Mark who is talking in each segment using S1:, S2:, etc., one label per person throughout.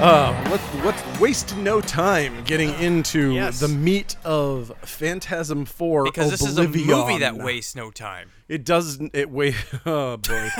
S1: Uh, let's, let's waste no time getting into
S2: Yes.
S1: the meat of Phantasm Four.
S2: Because this is a
S1: Oblivion.
S2: movie that wastes no time.
S1: It does. It wait. Oh boy.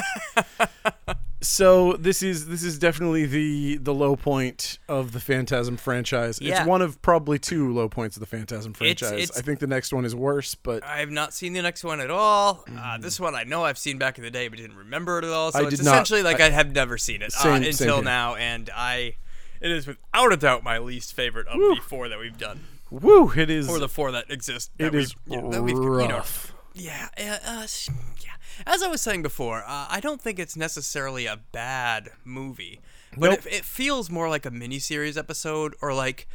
S1: so this is this is definitely the the low point of the Phantasm franchise.
S2: Yeah.
S1: It's one of probably two low points of the Phantasm franchise.
S2: it's- Uh,
S1: I think the next one is worse, but
S2: I have not seen the next one at all. Uh, this one I know I've seen back in the day, but didn't remember it at all. So
S1: Mm. I
S2: it's
S1: did not-
S2: essentially like I, have never seen it
S1: Same-
S2: uh,
S1: same
S2: until
S1: here.
S2: now, and I it is without a doubt my least favorite of the four that we've done,
S1: woo, it is
S2: or the four that exist.
S1: it
S2: That
S1: is
S2: we've, yeah, that we've, you know,
S1: rough.
S2: yeah, uh, uh, s- yeah. As I was saying before, uh, I don't think it's necessarily a bad movie, but
S1: Nope.
S2: it, it feels more like a miniseries episode or like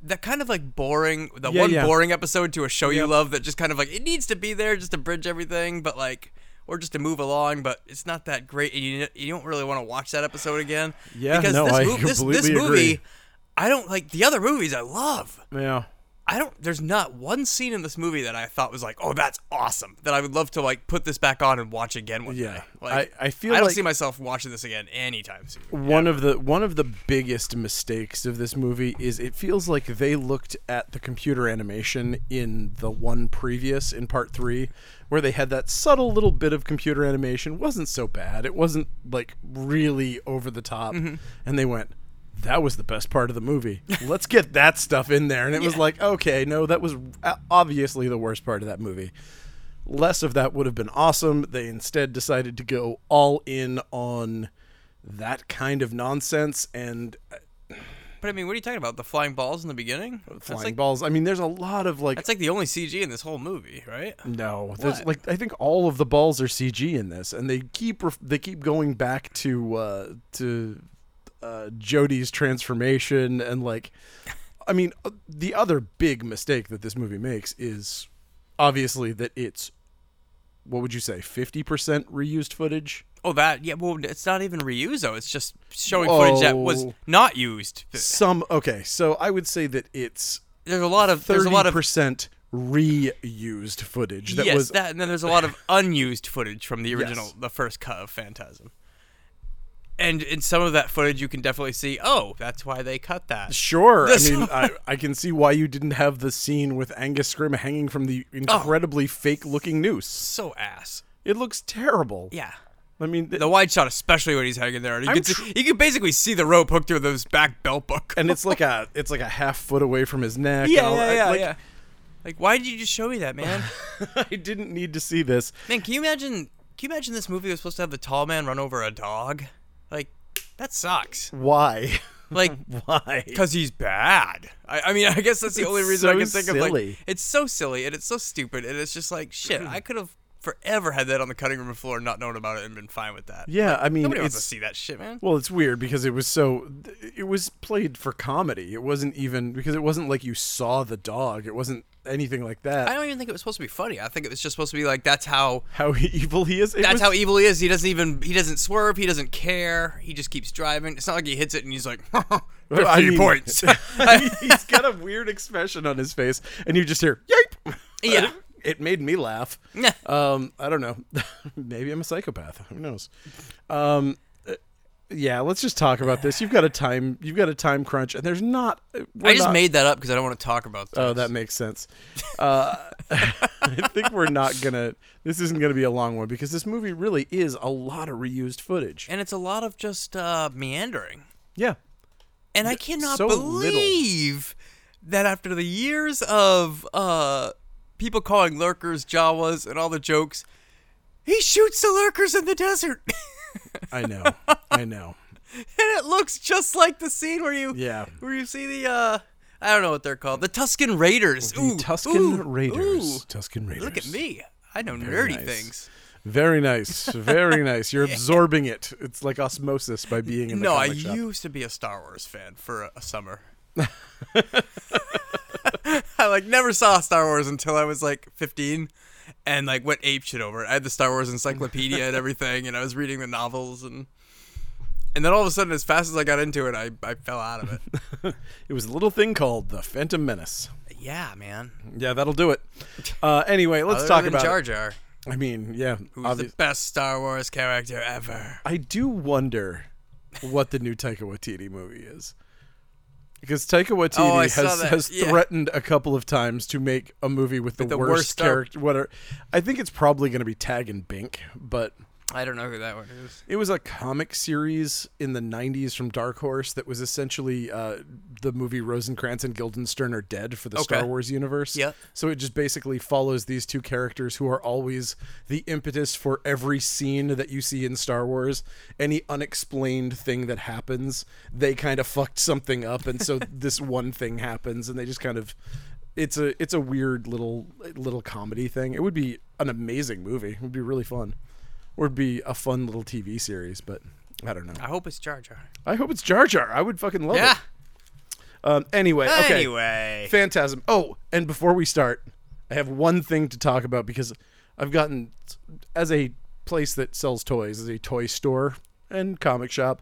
S2: that kind of like boring, the
S1: Yeah,
S2: one
S1: yeah.
S2: boring episode to a show you love that just kind of like it needs to be there just to bridge everything, but like. Or just to move along, but it's not that great, and you, you don't really want to watch that episode again.
S1: Yeah,
S2: because
S1: no,
S2: this,
S1: I
S2: mov- this, this
S1: completely agree.
S2: movie, I don't like the other movies. I love.
S1: Yeah.
S2: I don't. There's not one scene in this movie that I thought was like, "Oh, that's awesome!" That I would love to like put this back on and watch again one
S1: Yeah.
S2: day. Like,
S1: I- I feel
S2: I don't
S1: like-
S2: see myself watching this again anytime soon.
S1: One of the one of the biggest mistakes of this movie is it feels like they looked at the computer animation in the one previous in part 3 where they had that subtle little bit of computer animation wasn't so bad it wasn't like really over the top and they went that was the best part of the movie let's get that stuff in there and it was
S2: Yeah.
S1: like okay no that was uh, obviously the worst part of that movie less of that would have been awesome. They instead decided to go all in on that kind of nonsense and uh,
S2: But I mean, what are you talking about? The flying balls in the beginning?
S1: flying
S2: that's like
S1: balls. I mean, there's a lot of like
S2: that's like the only CG in this whole movie, right?
S1: no, there's
S2: What?
S1: like I think all of the balls are CG in this, and they keep ref- they keep going back to uh, to uh, Jody's transformation and like, I mean, uh, the other big mistake that this movie makes is obviously that it's what would you say fifty percent reused footage.
S2: Oh, that yeah. Well, it's not even reused though. It's just showing
S1: Whoa.
S2: footage that was
S1: Oh.
S2: not used.
S1: some okay so i would say that it's
S2: There's a lot of there's a lot of
S1: 30% reused footage that
S2: yes,
S1: was
S2: that, and then there's a lot of unused footage from the original,
S1: Yes.
S2: the first cut of Phantasm. And in some of that footage, you can definitely see, oh, that's why they cut that.
S1: sure i
S2: This-
S1: mean I, I can see why you didn't have the scene with angus Scrimm hanging from the
S2: Oh.
S1: incredibly fake looking noose
S2: So ass.
S1: it looks terrible
S2: Yeah.
S1: i mean th-
S2: The wide shot, especially when he's hanging there, you
S1: I'm
S2: can, see-
S1: tr-
S2: you can basically see the rope hooked through those back belt buckle.
S1: and it's like a it's like a half foot away from his neck and
S2: yeah,
S1: all
S2: yeah,
S1: that.
S2: yeah,
S1: like,
S2: yeah. Like, why did you just show me that, man?
S1: i didn't need to see this
S2: man, can you imagine? Can you imagine this movie was supposed to have the tall man run over a dog? Like, that sucks.
S1: why
S2: Like,
S1: why
S2: Because he's bad. I, I mean, I guess that's the only
S1: It's
S2: reason I
S1: so
S2: can think of. Like,
S1: silly.
S2: it's so silly and it's so stupid and it's just like shit. I could have forever had that on the cutting room floor, and not known about it, and been fine with that.
S1: yeah i mean
S2: Nobody wants to
S1: it's-
S2: see that shit, man.
S1: Well, it's weird because it was so it was played for comedy. It wasn't even because it wasn't like you saw the dog. It wasn't anything like that.
S2: I don't even think it was supposed to be funny. I think it was just supposed to be like that's how
S1: how evil he is. It
S2: that's
S1: was-
S2: how evil he is. He doesn't even he doesn't swerve. He doesn't care. He just keeps driving. It's not like he hits it and he's like fifty
S1: I mean-
S2: points.
S1: he's got a weird expression on his face and you just hear yipe.
S2: Yeah.
S1: It made me laugh.
S2: Yeah.
S1: um, I don't know. Maybe I'm a psychopath. Who knows? Um, uh, yeah, let's just talk about this. You've got a time. You've got a time crunch, and there's not.
S2: I just made that up because I don't want to talk about. This.
S1: Oh, that makes sense. Uh, I think we're not gonna. This isn't gonna be a long one because this movie really is a lot of reused footage.
S2: and it's a lot of just uh, meandering.
S1: Yeah,
S2: And I cannot
S1: so little.
S2: believe that after the years of uh, people calling lurkers Jawas and all the jokes, he shoots the lurkers in the desert.
S1: I know. I know.
S2: and it looks just like the scene where you
S1: Yeah.
S2: where you see the uh, I don't know what they're called. The Tuscan Raiders.
S1: The
S2: ooh,
S1: Tuscan
S2: ooh,
S1: Raiders.
S2: ooh.
S1: Tuscan Raiders.
S2: Look at me. I know nerdy
S1: nice.
S2: things.
S1: Very nice. Very nice. You're absorbing it. It's like osmosis by being in the
S2: No, I
S1: comic shop.
S2: used to be a Star Wars fan for a, a summer. I like never saw Star Wars until I was like 15 and like went ape shit over it. I had the Star Wars encyclopedia and everything and I was reading the novels and and then all of a sudden as fast as I got into it I, I fell out of it.
S1: It was a little thing called the Phantom Menace.
S2: yeah, man.
S1: Yeah, that'll do it. Uh, anyway, let's
S2: Other
S1: talk
S2: than
S1: about. it.
S2: Jar Jar.
S1: I mean, yeah.
S2: Who's
S1: obvious-
S2: the best Star Wars character ever?
S1: I do wonder what the new Taika Waititi movie is. Because Taika Waititi
S2: Oh, I saw
S1: has,
S2: that.
S1: has
S2: Yeah.
S1: threatened a couple of times to make a movie with the,
S2: the
S1: worst,
S2: worst star-
S1: character. Whatever. I think it's probably going to be Tag and Bink, but
S2: I don't know who that one is.
S1: it was a comic series in the '90s from Dark Horse that was essentially uh, the movie Rosencrantz and Guildenstern are dead for the Star
S2: Okay.
S1: Wars universe.
S2: Yeah.
S1: So it just basically follows these two characters who are always the impetus for every scene that you see in Star Wars. Any unexplained thing that happens, they kind of fucked something up, and so this one thing happens, and they just kind of. It's a it's a weird little little comedy thing. It would be an amazing movie. It would be really fun. Or it'd be a fun little TV series, but I don't know.
S2: I hope it's Jar Jar.
S1: I hope it's Jar Jar. I would fucking love
S2: Uh, Yeah.
S1: it. Um, anyway, Oh, okay.
S2: Anyway.
S1: Phantasm. Oh, and before we start, I have one thing to talk about because I've gotten, as a place that sells toys, as a toy store and comic shop,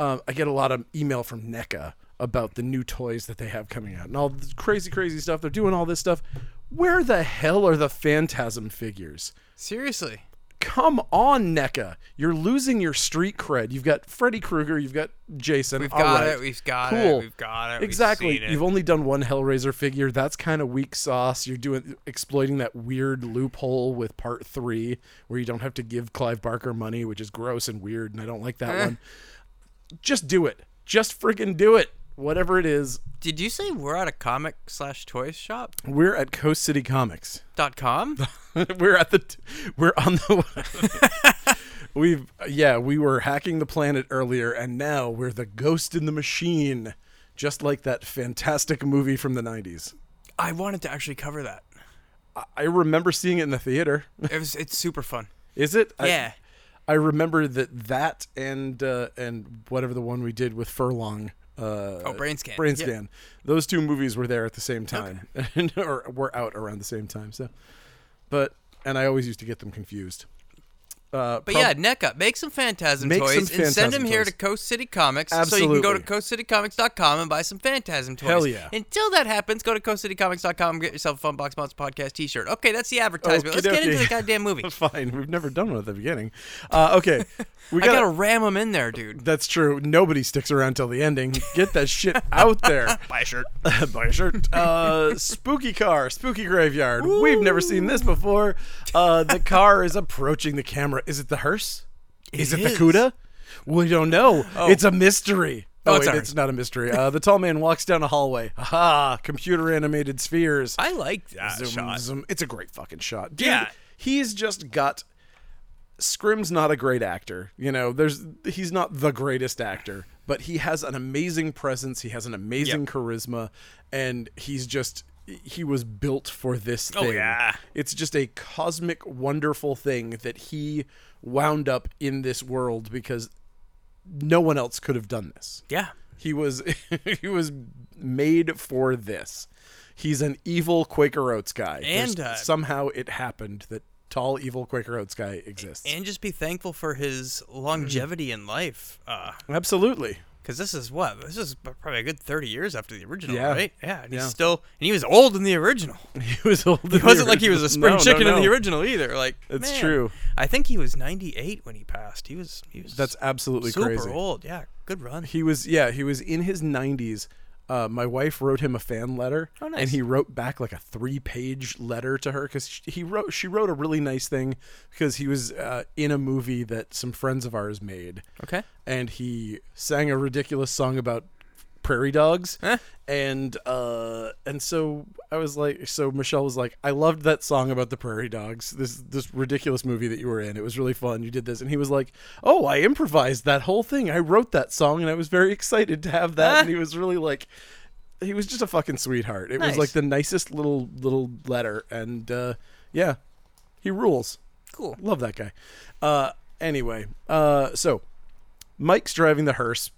S1: um, I get a lot of email from NECA about the new toys that they have coming out and all this crazy, crazy stuff. They're doing all this stuff. Where the hell are the Phantasm figures?
S2: Seriously.
S1: Come on, NECA. You're losing your street cred. You've got Freddy Krueger. You've got Jason.
S2: We've got it. We've got
S1: Cool.
S2: it. We've got it.
S1: Exactly.
S2: We've seen it.
S1: You've only done one Hellraiser figure. That's kind of weak sauce. You're doing exploiting that weird loophole with part three, where you don't have to give Clive Barker money, which is gross and weird, and I don't like that
S2: Eh.
S1: one. Just do it. Just friggin' do it. Whatever it is,
S2: Did you say we're at a comic slash toy shop
S1: we're at Coast City Comics.
S2: dot com?
S1: we're at the. T- we're on the. We've yeah, we were hacking the planet earlier, and now we're the ghost in the machine, just like that fantastic movie from the '90s.
S2: I wanted to actually cover that.
S1: I remember seeing it in the theater.
S2: It was it's super fun.
S1: Is it? I-
S2: yeah.
S1: I, remember that that and uh, and whatever the one we did with Furlong. Uh,
S2: Oh, brain scan.
S1: Brain
S2: Yeah.
S1: Scan. Those two movies were there at the same time, and or were out around the same time. So, but and I always used to get them confused. Uh,
S2: But
S1: prob-
S2: yeah, NECA, make some Phantasm
S1: Make some
S2: toys and send them
S1: Phantasm
S2: here
S1: toys.
S2: to Coast City Comics so you can go to coastcitycomics.com and buy some Phantasm toys.
S1: Hell yeah.
S2: Until that happens, go to coastcitycomics.com and get yourself a Funbox Monster Podcast t shirt. Okay, that's the advertisement. Let's get into
S1: Okey-dokey.
S2: the goddamn movie.
S1: fine. We've never done one at the beginning. Uh, okay, we
S2: I
S1: got.
S2: gotta
S1: to
S2: ram them in there, dude.
S1: That's true. Nobody sticks around till the ending. Get that shit out there.
S2: Buy a shirt.
S1: Buy a shirt. Uh, spooky car, spooky graveyard. We've never seen this before. Uh, the car is approaching the camera. Is it the hearse? Is it,
S2: is.
S1: the Cuda? We don't know. It's a mystery.
S2: Oh,
S1: wait,
S2: it's ours.
S1: it's not a mystery. Uh, the tall man walks down a hallway. Aha! Computer animated spheres.
S2: I like that
S1: Zoom,
S2: shot.
S1: zoom. It's a great fucking shot. Dude,
S2: Yeah.
S1: He's just got. Scrim's not a great actor. You know, there's he's not the greatest actor, but he has an amazing presence. He has an amazing charisma, and he's just he was built for this thing.
S2: Oh, yeah.
S1: It's just a cosmic, wonderful thing that he wound up in this world because no one else could have done this.
S2: Yeah.
S1: He was he was made for this. He's an evil Quaker Oats guy. There's-
S2: And, uh,
S1: somehow it happened that tall evil Quaker Oats guy exists.
S2: And just be thankful for his longevity in life. Uh,
S1: Absolutely.
S2: Because this is what this is probably a good thirty years after the original,
S1: Yeah.
S2: right? Yeah, and
S1: Yeah.
S2: he's still and he was old in the original.
S1: He was old.
S2: It wasn't like he was a spring chicken in the
S1: original.
S2: original either. Like
S1: It's
S2: man,
S1: true.
S2: I think he was ninety eight when he passed. He was he was
S1: That's absolutely
S2: super
S1: crazy.
S2: old. Yeah, good run.
S1: He was yeah, he was in his 90s. Uh, my wife wrote him a fan letter,
S2: Oh, nice.
S1: and he wrote back like a three-page letter to her because he wrote she wrote a really nice thing because he was uh, in a movie that some friends of ours made,
S2: Okay.
S1: and he sang a ridiculous song about prairie dogs
S2: Huh?
S1: and uh and so i was like so michelle was like i loved that song about the prairie dogs this this ridiculous movie that you were in it was really fun you did this and he was like oh i improvised that whole thing i wrote that song and i was very excited to have that
S2: Huh?
S1: and he was really like he was just a fucking sweetheart it was
S2: Nice.
S1: like the nicest little little letter and uh yeah he rules
S2: Cool.
S1: Love that guy. Uh, anyway, uh, so Mike's driving the hearse.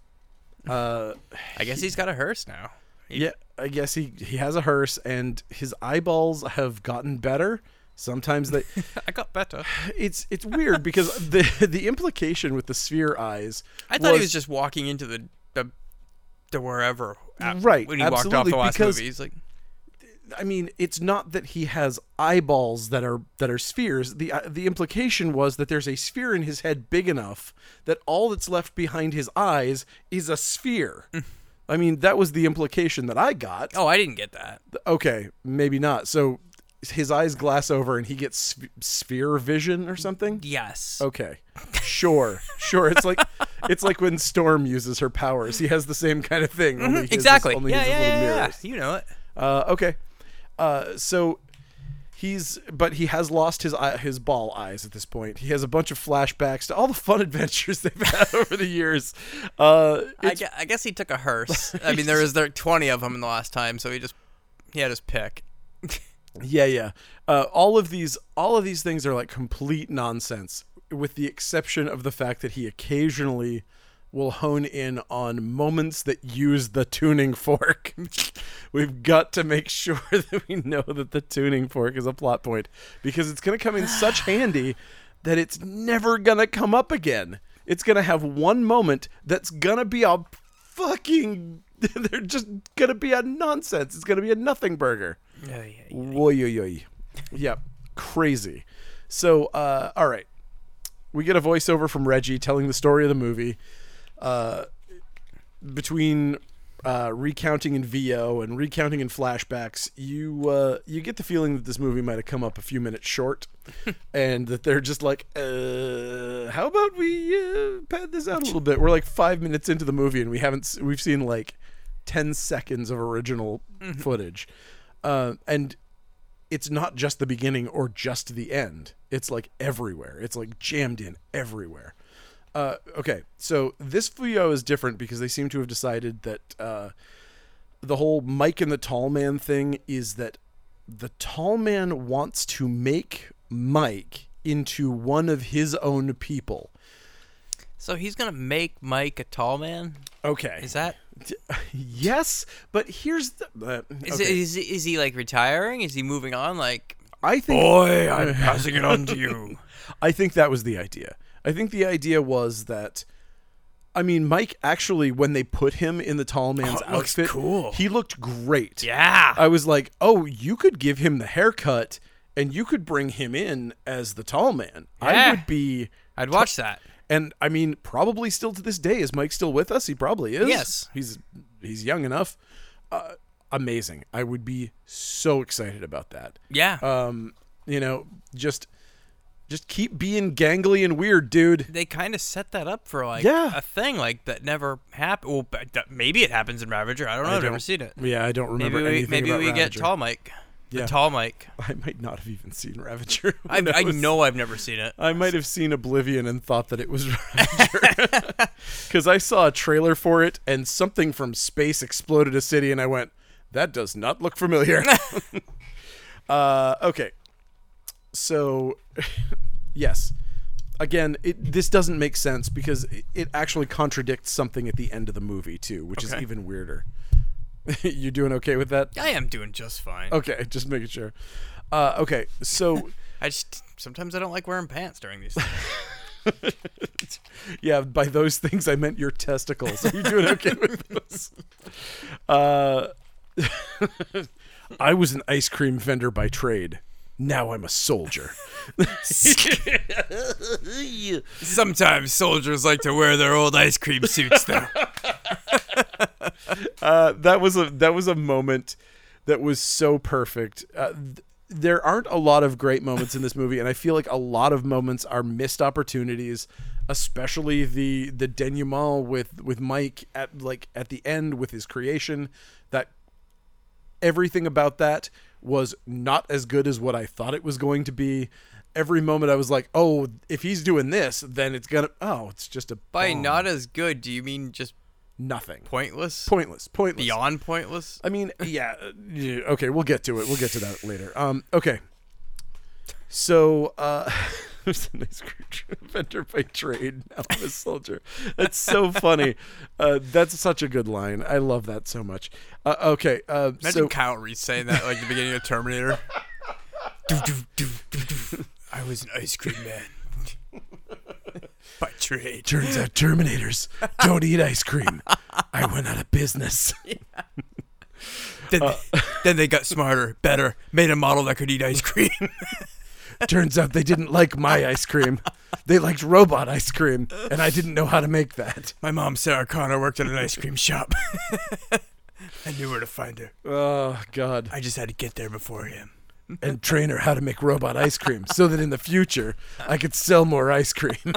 S1: Uh,
S2: I guess he's got a hearse now. He-
S1: yeah, I guess he he has a hearse, and his eyeballs have gotten better. Sometimes they,
S2: I got better.
S1: it's it's weird because the the implication with the sphere eyes.
S2: I thought he was just walking into the the, the wherever. ap-
S1: Right,
S2: When he walked off
S1: absolutely,
S2: the last
S1: because-
S2: movie, he's like,
S1: I mean, it's not that he has eyeballs that are that are spheres. the uh, The implication was that there's a sphere in
S2: Mm.
S1: his head big enough that all that's left behind his eyes is a sphere. I mean, that was the implication that I got.
S2: Oh, I didn't get that.
S1: Okay, maybe not. So his eyes glass over and he gets sp- sphere vision or something.
S2: Yes.
S1: Okay. Sure. Sure. It's like it's like when Storm uses her powers. He has the same kind of thing. only his is-
S2: Mm-hmm. exactly.
S1: only
S2: yeah,
S1: his is
S2: yeah,
S1: little
S2: yeah, yeah.
S1: mirrors.
S2: You know it.
S1: Uh, okay. Uh, so he's, but he has lost his eye, his ball eyes at this point. He has a bunch of flashbacks to all the fun adventures they've had over the years. Uh,
S2: I guess, I guess he took a hearse. I mean, there was there twenty of them in the last time, so he just he had his pick.
S1: yeah, yeah. Uh, all of these, all of these things are like complete nonsense, with the exception of the fact that he occasionally will hone in on moments that use the tuning fork. We've got to make sure that we know that the tuning fork is a plot point because it's going to come in such handy that it's never going to come up again. It's going to have one moment that's going to be a fucking. They're just going to be a nonsense. It's going to be a nothing burger.
S2: Yeah, yeah,
S1: Oy, oy, oy. Yep. Crazy. So, uh, all right. We get a voiceover from Reggie telling the story of the movie. Uh, between uh, recounting in VO and recounting in flashbacks, you uh, you get the feeling that this movie might have come up a few minutes short, and that they're just like, uh, "How about we uh, pad this out a little bit?" We're like five minutes into the movie, and we haven't s- we've seen like ten seconds of original footage, uh, and it's not just the beginning or just the end. It's like everywhere. It's like jammed in everywhere. Uh, okay, so this Fuyo is different because they seem to have decided that uh, the whole Mike and the Tall Man thing is that the Tall Man wants to make Mike into one of his own people.
S2: So he's gonna make Mike a tall man.
S1: Okay.
S2: Is that
S1: yes, but here's the. Uh,
S2: is
S1: okay.
S2: it, is is he like retiring? Is he moving on? Like
S1: I think
S2: boy, I'm passing it on to you.
S1: I think that was the idea. I think the idea was that I mean Mike actually when they put him in the tall man's
S2: Oh, it looks
S1: outfit
S2: cool.
S1: he looked great.
S2: Yeah.
S1: I was like, "Oh, you could give him the haircut and you could bring him in as the tall man." I
S2: Yeah.
S1: would be
S2: I'd watch that.
S1: and I mean probably still to this day is Mike still with us? He probably is.
S2: Yes.
S1: He's he's young enough. Uh, amazing. I would be so excited about that
S2: Yeah.
S1: um, you know, just just keep being gangly and weird, dude.
S2: they kind of set that up for like
S1: Yeah.
S2: a thing like that never happened. Well, but that- maybe it happens in Ravager. I don't know. I have never
S1: don't
S2: seen it.
S1: Yeah, I don't remember
S2: Maybe we
S1: anything
S2: maybe
S1: about
S2: we get
S1: Ravager.
S2: Tall Mike. The
S1: Yeah.
S2: Tall Mike.
S1: I might not have even seen Ravager. Who
S2: I, I
S1: knows?
S2: know I've never seen it.
S1: I might have seen Oblivion and thought that it was Ravager because I saw a trailer for it and something from space exploded a city, and I went, "That does not look familiar." uh, okay, so yes, again, it, this doesn't make sense because it, it actually contradicts something at the end of the movie too, which is
S2: Okay.
S1: even weirder. you doing okay with that?
S2: I am doing just fine.
S1: Okay, just making sure. Uh, okay, so.
S2: I just sometimes I don't like wearing pants during these. Things.
S1: Yeah, by those things I meant your testicles. Are you doing okay with those? Uh, I was an ice cream vendor by trade. Now I'm a soldier.
S2: Sometimes soldiers like to wear their old ice cream suits though.
S1: Uh, that was a that was a moment that was so perfect. Uh, th- there aren't a lot of great moments in this movie, and I feel like a lot of moments are missed opportunities, especially the the denouement with with Mike at like at the end with his creation. That everything about that was not as good as what I thought it was going to be. Every moment I was like, "Oh, if he's doing this, then it's gonna." Oh, it's just a
S2: By
S1: bomb.
S2: not as good, do you mean just
S1: nothing,
S2: pointless?
S1: pointless, pointless.
S2: Beyond pointless?
S1: I mean, yeah, uh, yeah, Okay, we'll get to it. We'll get to that later. Um, okay. So, uh, there's a nice vendor by trade. Now I'm a soldier. That's so funny. Uh, that's such a good line. I love that so much. Uh, okay. Uh,
S2: Imagine
S1: so,
S2: Kyle Reese saying that like the beginning of Terminator. Do, do, do, do, do. I was an ice cream man. By trade.
S1: turns out Terminators don't eat ice cream. I went out of business.
S2: Uh. Then, then they got smarter, better, made a model that could eat ice cream.
S1: Turns out they didn't like my ice cream. They liked robot ice cream, and I didn't know how to make that.
S2: My mom, Sarah Connor, worked at an ice cream shop. I knew where to find her.
S1: Oh, God.
S2: I just had to get there before him.
S1: And train her how to make robot ice cream so that in the future I could sell more ice cream.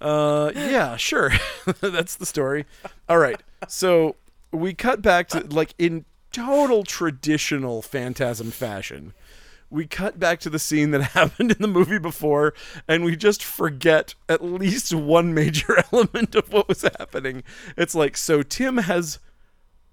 S1: Uh, yeah, sure. That's the story. All right. So we cut back to, like, in total traditional Phantasm fashion, we cut back to the scene that happened in the movie before, and we just forget at least one major element of what was happening. It's like, so Tim has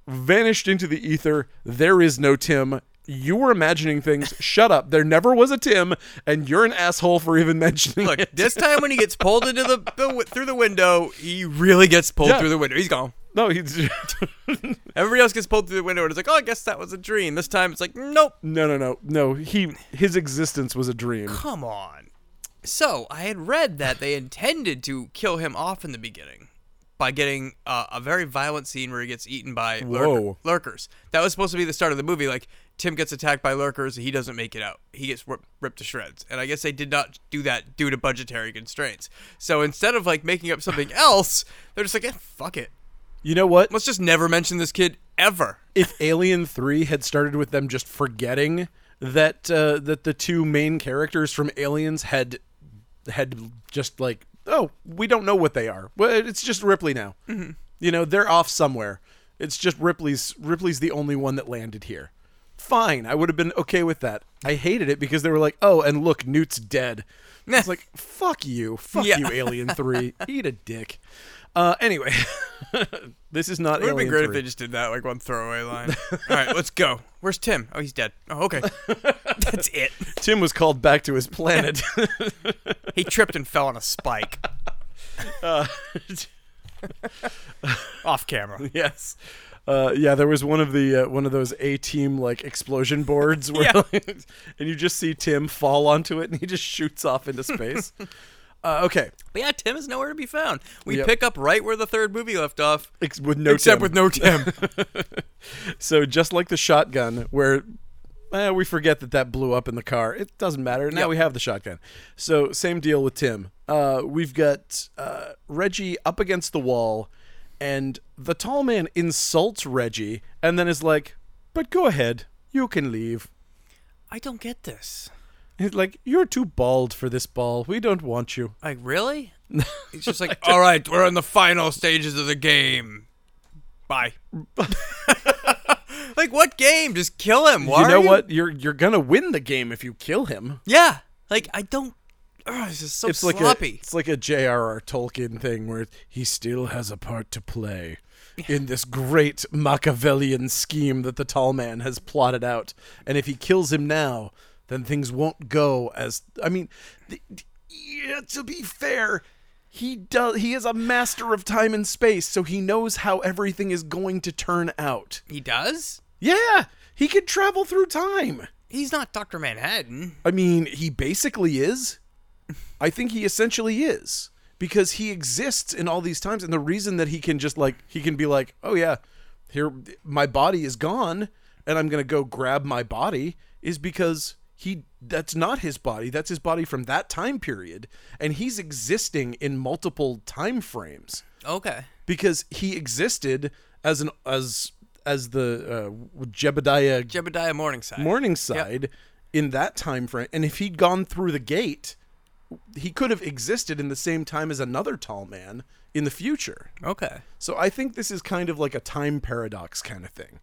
S1: vanished into the ether. There is no Tim. You were imagining things. Shut up. There never was a Tim, and you're an asshole for even mentioning
S2: Look,
S1: it.
S2: this time when he gets pulled into the, the through the window, he really gets pulled
S1: Yeah.
S2: through the window. He's gone.
S1: No, he's.
S2: Everybody else gets pulled through the window, and it's like, oh, I guess that was a dream. This time, it's like, nope.
S1: No, no, no, no. He his existence was a dream.
S2: Come on. So I had read that they intended to kill him off in the beginning by getting uh, a very violent scene where he gets eaten by lurker-
S1: Whoa.
S2: lurkers. That was supposed to be the start of the movie. Like Tim gets attacked by lurkers, he doesn't make it out. He gets rip- ripped to shreds. And I guess they did not do that due to budgetary constraints. So instead of like making up something else, they're just like, eh, fuck it.
S1: You know what?
S2: Let's just never mention this kid ever.
S1: If Alien Three had started with them just forgetting that uh, that the two main characters from Aliens had had just like oh we don't know what they are. Well, it's just Ripley now.
S2: Mm-hmm.
S1: You know they're off somewhere. It's just Ripley's. Ripley's the only one that landed here. Fine, I would have been okay with that. I hated it because they were like, "Oh, and look, Newt's dead." It's like, "Fuck you, fuck
S2: Yeah.
S1: you, Alien Three, eat a dick." Uh, anyway, this is not
S2: It would be
S1: Alien
S2: great if
S1: 3.
S2: they just did that, like one throwaway line. All right, let's go. Where's Tim? Oh, he's dead. Oh, okay. That's it.
S1: Tim was called back to his planet.
S2: He tripped and fell on a spike.
S1: Uh,
S2: Off camera.
S1: yes. Uh, yeah, there was one of the uh, one of those A team like explosion boards where,
S2: Yeah.
S1: and you just see Tim fall onto it and he just shoots off into space. uh, okay,
S2: But yeah, Tim is nowhere to be found. We
S1: Yep.
S2: pick up right where the third movie left off,
S1: Ex- with no
S2: except
S1: Tim.
S2: with no Tim.
S1: So just like the shotgun, where eh, we forget that that blew up in the car, it doesn't matter. Now
S2: Yep.
S1: we have the shotgun. So same deal with Tim. Uh, we've got uh, Reggie up against the wall, and the tall man insults Reggie, and then is like, "But go ahead, you can leave."
S2: I don't get this.
S1: He's like, "You're too bald for this ball. We don't want you."
S2: Like, really? It's just like, all right, we're in the final stages of the game. Bye. like, what game? Just kill him. Why
S1: you
S2: are
S1: know what? You're you're gonna win the game if you kill him.
S2: Yeah. Like, I don't. Ugh, this is so
S1: it's like
S2: sloppy.
S1: a it's like a J.R.R. Tolkien thing where he still has a part to play in this great Machiavellian scheme that the tall man has plotted out, and if he kills him now, then things won't go as I mean, th- th- yeah, to be fair. He does. He is a master of time and space, so he knows how everything is going to turn out.
S2: He does?
S1: Yeah, he can travel through time.
S2: He's not Dr. Manhattan.
S1: I mean, he basically is. I think he essentially is because he exists in all these times, and the reason that he can just like he can be like, oh yeah, here my body is gone, and I'm gonna go grab my body is because he that's not his body that's his body from that time period and he's existing in multiple time frames
S2: Okay.
S1: because he existed as an as as the uh, Jebediah
S2: Jebediah Morningside.
S1: Morningside in that time frame, and if he'd gone through the gate, he could have existed in the same time as another tall man in the future.
S2: okay.
S1: So I think this is kind of like a time paradox kind of thing.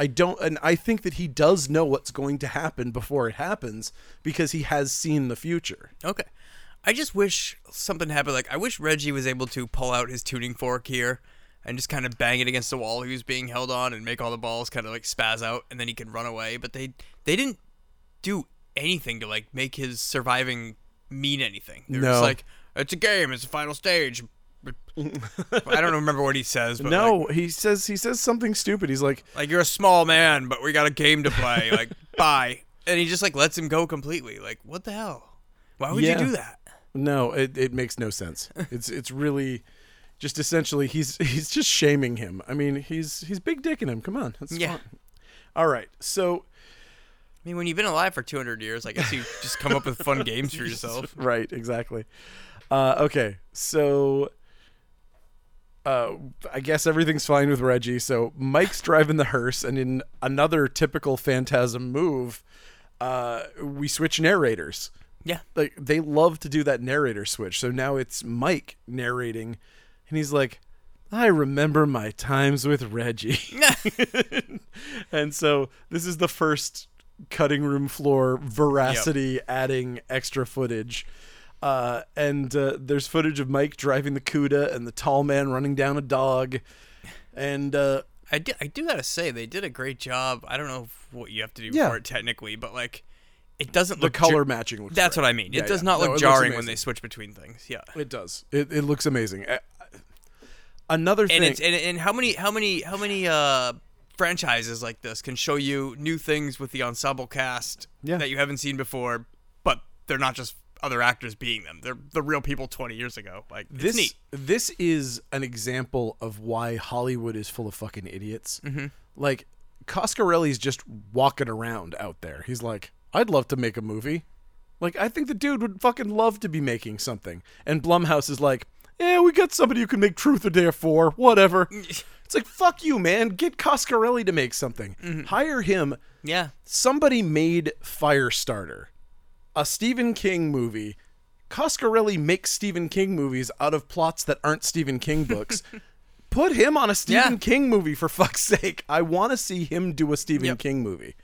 S1: I don't, and I think that he does know what's going to happen before it happens because he has seen the future.
S2: Okay. I just wish something happened. Like, I wish Reggie was able to pull out his tuning fork here and just kind of bang it against the wall he was being held on and make all the balls kind of like spaz out and then he could run away. But they they didn't do anything to like make his surviving mean anything. They're just
S1: No.
S2: like, it's a game, it's the final stage. I don't remember what he says, but like,
S1: No, he says he says something stupid. He's like,
S2: Like you're a small man, but we got a game to play. Like bye. And he just like lets him go completely. Like what the hell? Why would
S1: Yeah.
S2: you do that?
S1: No, it, it makes no sense. It's it's really just essentially he's he's just shaming him. I mean, he's he's big dicking him. Come on, that's
S2: Yeah.
S1: fine. All right, so
S2: mean, when you've been alive for 200 years, I guess you just come up with fun games for yourself.
S1: Right, exactly. Uh, okay, so uh, I guess everything's fine with Reggie. So Mike's driving the hearse, and in another typical Phantasm move, uh, we switch narrators.
S2: Yeah.
S1: Like they love to do that narrator switch. So now it's Mike narrating, and he's like, "I remember my times with Reggie." and so this is the first cutting room floor veracity adding extra footage uh, and uh, there's footage of mike driving the cuda and the tall man running down a dog and uh,
S2: I do, I do gotta say they did a great job. I don't know if what you have to do
S1: Yeah.
S2: for it technically, but like, it doesn't
S1: the
S2: look
S1: color
S2: jar-
S1: matching looks
S2: That's
S1: great.
S2: what I mean.
S1: Yeah,
S2: it does
S1: yeah.
S2: not
S1: No, it
S2: look
S1: looks
S2: jarring when
S1: amazing.
S2: they switch between things. Yeah,
S1: it does it, it looks amazing Uh, another
S2: and
S1: thing
S2: it's and, and how many how many how many uh franchises like this can show you new things with the ensemble cast
S1: Yeah.
S2: that you haven't seen before, but they're not just other actors being them. They're the real people 20 years ago. Like it's
S1: this
S2: neat.
S1: this is an example of why Hollywood is full of fucking idiots.
S2: Mm-hmm.
S1: Like Coscarelli's just walking around out there. He's like, I'd love to make a movie. Like I think the dude would fucking love to be making something. And Blumhouse is like, Yeah, we got somebody who can make Truth or Dare Four, whatever. it's like fuck you, man. Get Coscarelli to make something.
S2: Mm-hmm.
S1: Hire him
S2: Yeah,
S1: somebody made Firestarter, a Stephen King movie. Coscarelli makes Stephen King movies out of plots that aren't Stephen King books. Put him on a Stephen
S2: Yeah.
S1: King movie for fuck's sake. I want to see him do a Stephen
S2: Yep.
S1: King movie.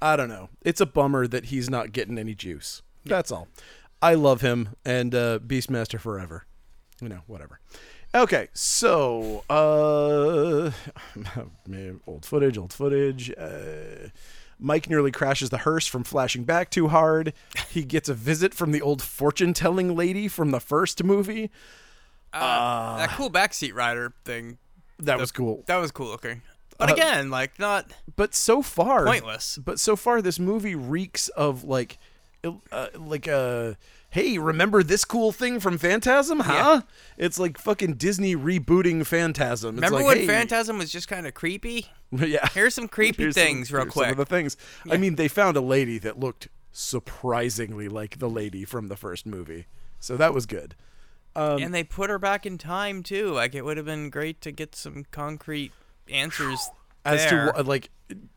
S1: I don't know. It's a bummer that he's not getting any juice. That's all. I love him and uh, Beastmaster forever. You know, whatever. Okay, so uh, man, old footage, old footage. Uh, Mike nearly crashes the hearse from flashing back too hard. He gets a visit from the old fortune telling lady from the first movie. Uh,
S2: that cool backseat rider thing.
S1: That was cool.
S2: That was cool looking. But
S1: Uh,
S2: again, like not
S1: But so far,
S2: pointless.
S1: But so far, this movie reeks of like, il- uh, like uh, hey, remember this cool thing from Phantasm? Huh? It's like fucking Disney rebooting Phantasm. It's
S2: Remember
S1: like,
S2: when
S1: hey-
S2: Phantasm was just kind of creepy?
S1: yeah.
S2: Here's some creepy
S1: Here's some-
S2: things real
S1: here's Some
S2: quick.
S1: of the things. I mean, they found a lady that looked surprisingly like the lady from the first movie, so that was good.
S2: and they put her back in time too. Like it would have been great to get some concrete answers
S1: As
S2: there.
S1: to wh- like,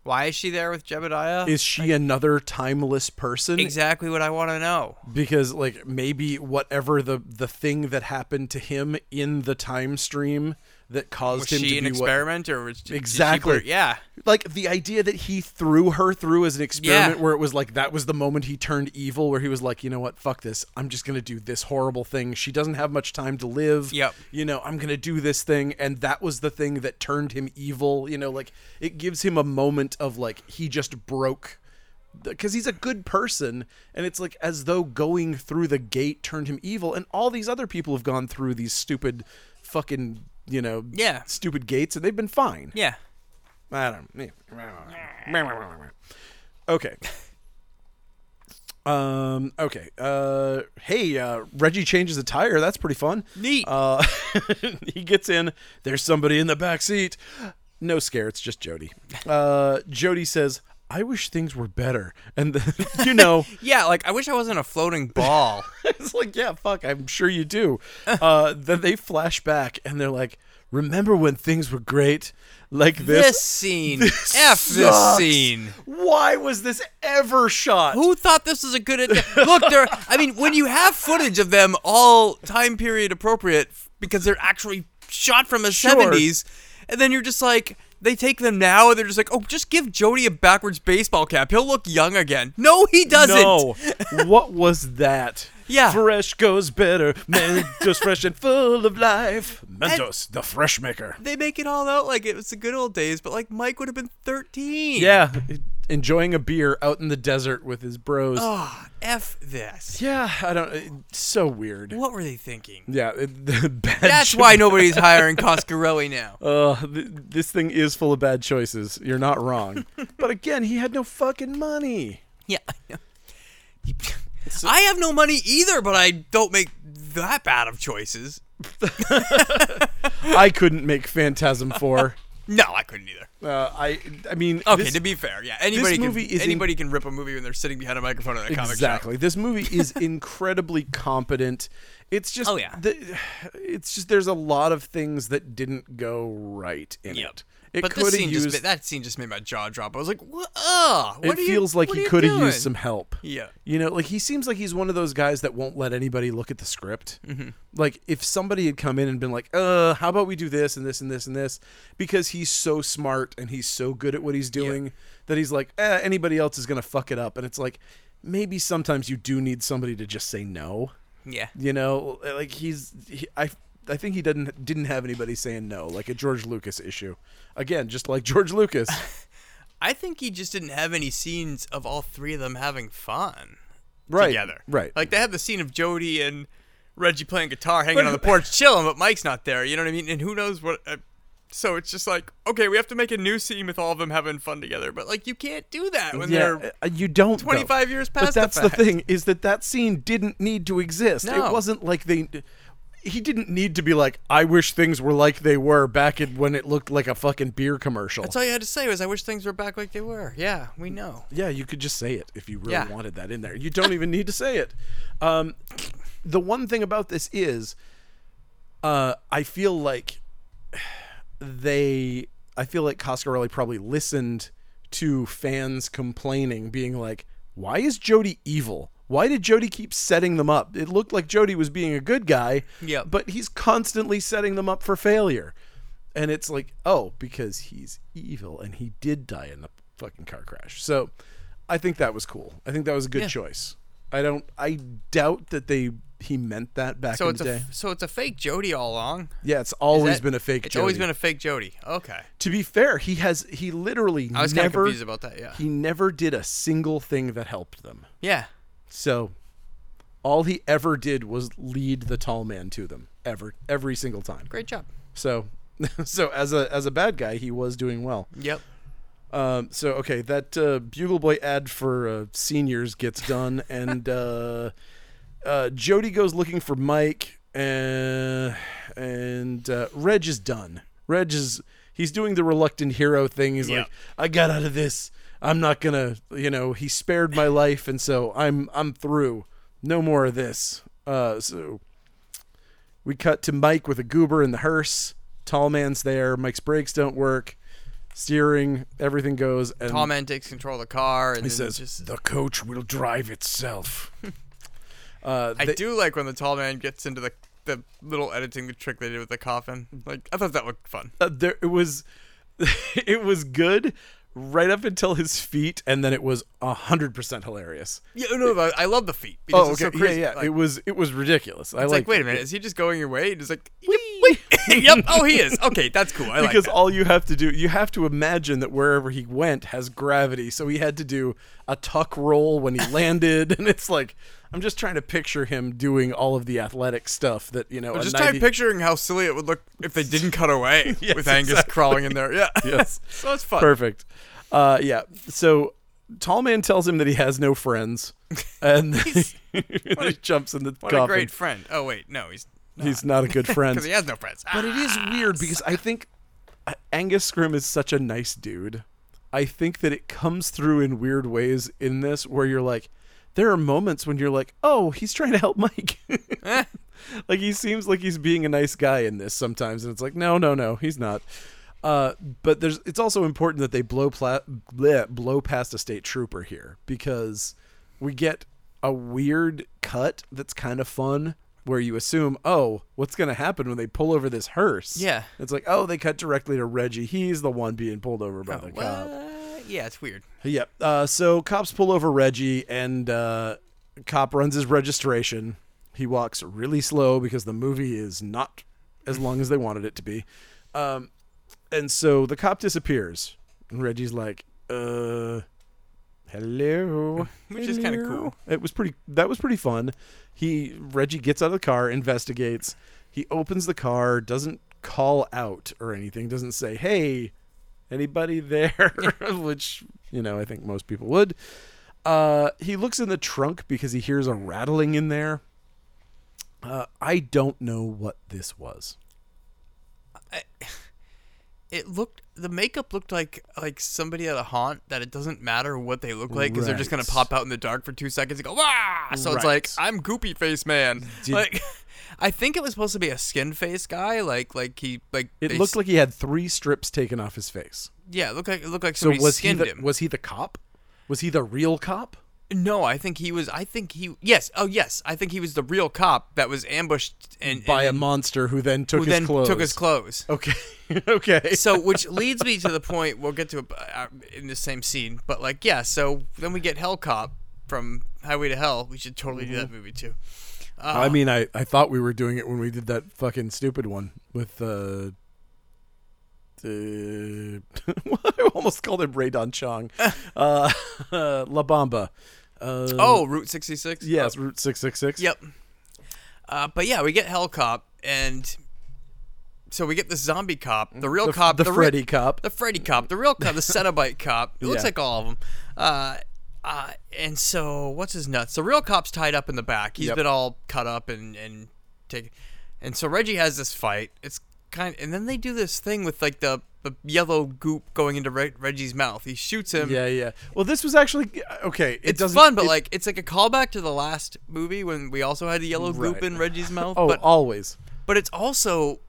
S2: why is she there with Jebediah?
S1: is she another timeless person?
S2: exactly what I want to know.
S1: because like maybe whatever the the thing that happened to him in the time stream that
S2: Was
S1: caused him
S2: she
S1: to
S2: an
S1: be what
S2: experiment or was did she
S1: Exactly.
S2: blur- yeah.
S1: like the idea that he threw her through as an experiment where it was like that was the moment he turned evil where he was like you know what fuck this i'm just gonna do this horrible thing she doesn't have much time to live
S2: Yep.
S1: you know i'm gonna do this thing and that was the thing that turned him evil you know like it gives him a moment of like he just broke because he's a good person and it's like as though going through the gate turned him evil and all these other people have gone through these stupid fucking you know
S2: Yeah.
S1: stupid gates and they've been fine
S2: Yeah.
S1: I don't. Okay. Um. Okay. Uh. Hey. Uh. Reggie changes a tire. That's pretty fun.
S2: Neat.
S1: Uh. he gets in. There's somebody in the back seat. No scare. It's just Jody. Uh. Jody says, "I wish things were better." And the, you know,
S2: Yeah, like I wish I wasn't a floating ball.
S1: it's like, yeah, fuck, I'm sure you do. Uh, then they flash back and they're like, remember when things were great? Like this.
S2: this scene. F this
S1: sucks.
S2: scene.
S1: Why was this ever shot?
S2: Who thought this was a good idea? Look, there. I mean, when you have footage of them all time period appropriate f- because they're actually shot from the
S1: Sure.
S2: seventies, and then you're just like, they take them now, and they're just like, oh, just give Jody a backwards baseball cap. He'll look young again. No, he doesn't.
S1: No. what was that?
S2: Yeah.
S1: Fresh goes better. Mentos fresh and full of life. Mentos, the fresh maker.
S2: They make it all out like it was the good old days, but like Mike would have been thirteen.
S1: Yeah. Enjoying a beer out in the desert with his bros.
S2: Ah, f this.
S1: Yeah, I don't. It's so weird.
S2: What were they thinking?
S1: Yeah, it, bad
S2: That's why nobody's hiring Coscarelli now.
S1: Uh, th- this thing is full of bad choices. You're not wrong. but again, he had no fucking money.
S2: Yeah, I know. I have no money either, but I don't make that bad of choices.
S1: I couldn't make Phantasm 4.
S2: No, I couldn't either.
S1: Uh, I I mean
S2: Okay,
S1: this-
S2: to be fair, yeah. Anybody
S1: movie
S2: can
S1: is in-
S2: anybody can rip a movie when they're sitting behind a microphone at a comic shop.
S1: exactly. This movie is incredibly competent. It's just
S2: Oh, yeah.
S1: the- it's just there's a lot of things that didn't go right in
S2: Yep.
S1: it. It
S2: but
S1: could
S2: this
S1: have
S2: scene just
S1: used
S2: ma- that scene just made my jaw drop. I was like, "What? Ugh, what
S1: it
S2: are you-
S1: feels like
S2: what
S1: he
S2: are you
S1: could have used
S2: doing?"
S1: some help.
S2: Yeah.
S1: You know, like he seems like he's one of those guys that won't let anybody look at the script.
S2: Mm-hmm.
S1: Like if somebody had come in and been like, "Uh, how about we do this and this and this and this?" because he's so smart and he's so good at what he's doing that he's like, eh, "Anybody else is going to fuck it up." And it's like maybe sometimes you do need somebody to just say no.
S2: Yeah.
S1: You know, like he's he, I I think he didn't didn't have anybody saying no, like a George Lucas issue. Again, just like George Lucas.
S2: I think he just didn't have any scenes of all three of them having fun
S1: right.
S2: together.
S1: Right.
S2: Like they had the scene of Jody and Reggie playing guitar, hanging on the porch, chilling, but Mike's not there. You know what I mean? And who knows what? Uh, so it's just like, okay, we have to make a new scene with all of them having fun together. But like, you can't do that when
S1: yeah,
S2: they're
S1: uh, you don't. though.
S2: 25 years
S1: But
S2: past the
S1: that's the,
S2: fact.
S1: thing is that that scene didn't need to exist. It
S2: No.
S1: wasn't like they. He didn't need to be like, I wish things were like they were back in when it looked like a fucking beer commercial.
S2: That's all you had to say was, "I wish things were back like they were." Yeah, we know.
S1: yeah, you could just say it if you really
S2: Yeah.
S1: wanted that in there. You don't even need to say it. Um, the one thing about this is, uh, I feel like they I feel like Coscarelli probably listened to fans complaining, being like, Why is Jody evil? Why did Jody keep setting them up? It looked like Jody was being a good guy,
S2: Yeah.
S1: but he's constantly setting them up for failure. And it's like, oh, because he's evil and he did die in the fucking car crash. So I think that was cool. I think that was a good choice. I don't I doubt that they he meant that back
S2: So
S1: in
S2: it's
S1: the
S2: a
S1: day.
S2: f- so it's a fake Jody all along.
S1: yeah, it's always
S2: That-
S1: been a fake
S2: It's always
S1: Jody.
S2: been a fake Jody. Okay,
S1: To be fair, he has he literally
S2: I was kind of
S1: never
S2: confused about that. Yeah,
S1: he never did a single thing that helped them.
S2: yeah.
S1: So all he ever did was lead the tall man to them ever every single time.
S2: Great job.
S1: So so as a as a bad guy, he was doing well.
S2: Yep.
S1: Um, so okay, that uh, Bugle Boy ad for uh, seniors gets done, and uh, uh, Jody goes looking for Mike, uh, and uh, Reg is done. Reg is he's doing the reluctant hero thing. He's
S2: Yeah.
S1: like, I got out of this. I'm not gonna, you know. He spared my life, and so I'm I'm through. No more of this. Uh, so we cut to Mike with a goober in the hearse. Tall man's there. Mike's brakes don't work. Steering, everything goes. And
S2: Tall man takes control of the car and
S1: he
S2: then
S1: says,
S2: just
S1: "The coach will drive itself." uh,
S2: I
S1: they-
S2: do like when the tall man gets into the the little editing trick they did with the coffin. Like I thought that looked fun.
S1: uh, there it was. it was good right up until his feet, and then it was hundred percent hilarious.
S2: Yeah, no, but I love the feet. Because it's so crazy.
S1: yeah, yeah.
S2: Like,
S1: it was it was ridiculous. I
S2: it's like,
S1: liked
S2: wait
S1: it.
S2: a minute, is he just going your way? And he's like, yep, yep. Oh, he is. Okay, that's cool. I
S1: because
S2: like that.
S1: all you have to do you have to imagine that wherever he went has gravity so he had to do a tuck roll when he landed and it's like i'm just trying to picture him doing all of the athletic stuff that you know a
S2: Just
S1: 90
S2: try picturing how silly it would look if they didn't cut away
S1: Yes,
S2: with Angus
S1: exactly.
S2: crawling in there. Yeah.
S1: Yes.
S2: so it's fun.
S1: perfect uh yeah so tall man tells him that he has no friends and he jumps in the
S2: What
S1: coffin
S2: a great friend. Oh wait, no, he's
S1: he's not a good friend
S2: because he has no friends. Ah.
S1: But it is weird because I think Angus Scrim is such a nice dude. I think that it comes through in weird ways in this where you're like, there are moments when you're like, oh, he's trying to help Mike. like he seems like he's being a nice guy in this sometimes, and it's like, no, no, no, he's not. Uh, but there's it's also important that they blow pla- bleh, blow past a state trooper here because we get a weird cut that's kind of fun where you assume, oh, what's going to happen when they pull over this hearse?
S2: Yeah.
S1: It's like, oh, they cut directly to Reggie. He's the one being pulled over by the cop.
S2: Uh, yeah, it's weird.
S1: Yep. Uh, so cops pull over Reggie, and uh, cop runs his registration. He walks really slow because the movie is not as long as they wanted it to be. Um, and so the cop disappears, and Reggie's like, "Uh, hello,"
S2: Which is kinda
S1: hello.
S2: cool.
S1: It was pretty. That was pretty fun. He Reggie gets out of the car, investigates. He opens the car, doesn't call out or anything, doesn't say, "Hey, anybody there?" Which you know, I think most people would. Uh, he looks in the trunk because he hears a rattling in there. Uh, I don't know what this was.
S2: it looked the makeup looked like like somebody at a haunt that it doesn't matter what they look like because they're just gonna
S1: Right.
S2: pop out in the dark for two seconds and go wah. So it's like
S1: Right.
S2: I'm goopy face man.
S1: Did-
S2: like I think it was supposed to be a skin face guy. Like like he like
S1: It
S2: they
S1: looked like he had three strips taken off his face.
S2: Yeah, it looked like it looked like
S1: So
S2: somebody
S1: was he
S2: skinned
S1: the,
S2: him.
S1: was he the cop? Was he the real cop?
S2: no, I think he was. I think he. Yes. Oh, yes. I think he was the real cop that was ambushed and
S1: By a
S2: and
S1: monster who then took
S2: who
S1: his
S2: then
S1: clothes.
S2: took his clothes.
S1: Okay. okay.
S2: So, which leads me to the point we'll get to it, uh, in the same scene, but like, yeah. So then we get Hell Cop from Highway to Hell. We should totally do that
S1: Mm-hmm.
S2: movie too. Uh,
S1: I mean, I, I thought we were doing it when we did that fucking stupid one with uh, the. I almost called him Radon Chong. uh, La Bamba. Uh,
S2: Oh, Route sixty six.
S1: Yes, Route 666.
S2: Yep. Uh, but yeah, we get Hell Cop, and so we get this zombie cop, the real
S1: Mm, The,
S2: cop,
S1: the,
S2: the re-
S1: Freddy cop.
S2: the Freddy cop, the real cop, the Cenobite cop. It looks
S1: Yeah.
S2: like all of them. Uh, uh, and so what's his nuts? The real cop's tied up in the back. He's
S1: Yep.
S2: been all cut up and and taken. And so Reggie has this fight. It's kind, and then they do this thing with like the, the yellow goop going into Reg- Reggie's mouth. He shoots him.
S1: yeah, yeah. Well, this was actually. uh, Okay. It
S2: It's
S1: doesn't,
S2: fun, but
S1: it-
S2: like it's like a callback to the last movie when we also had a yellow goop
S1: Right.
S2: in Reggie's mouth.
S1: Oh,
S2: but
S1: always.
S2: but it's also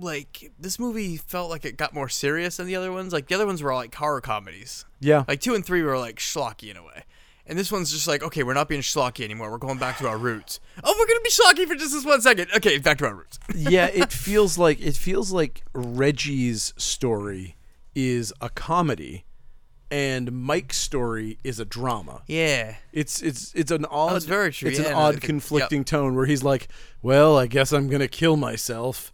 S2: like this movie felt like it got more serious than the other ones. Like the other ones were all like horror comedies.
S1: Yeah.
S2: Like two and three were like schlocky in a way. And this one's just like, okay, we're not being schlocky anymore. We're going back to our roots. Oh, we're gonna be schlocky for just this one second. Okay, back to our roots.
S1: yeah, it feels like it feels like Reggie's story is a comedy, and Mike's story is a drama.
S2: Yeah.
S1: It's it's it's an odd
S2: it's very true,
S1: it's
S2: yeah,
S1: an
S2: no, I
S1: odd
S2: think-
S1: conflicting tone where he's like, "Well, I guess I'm gonna kill myself,"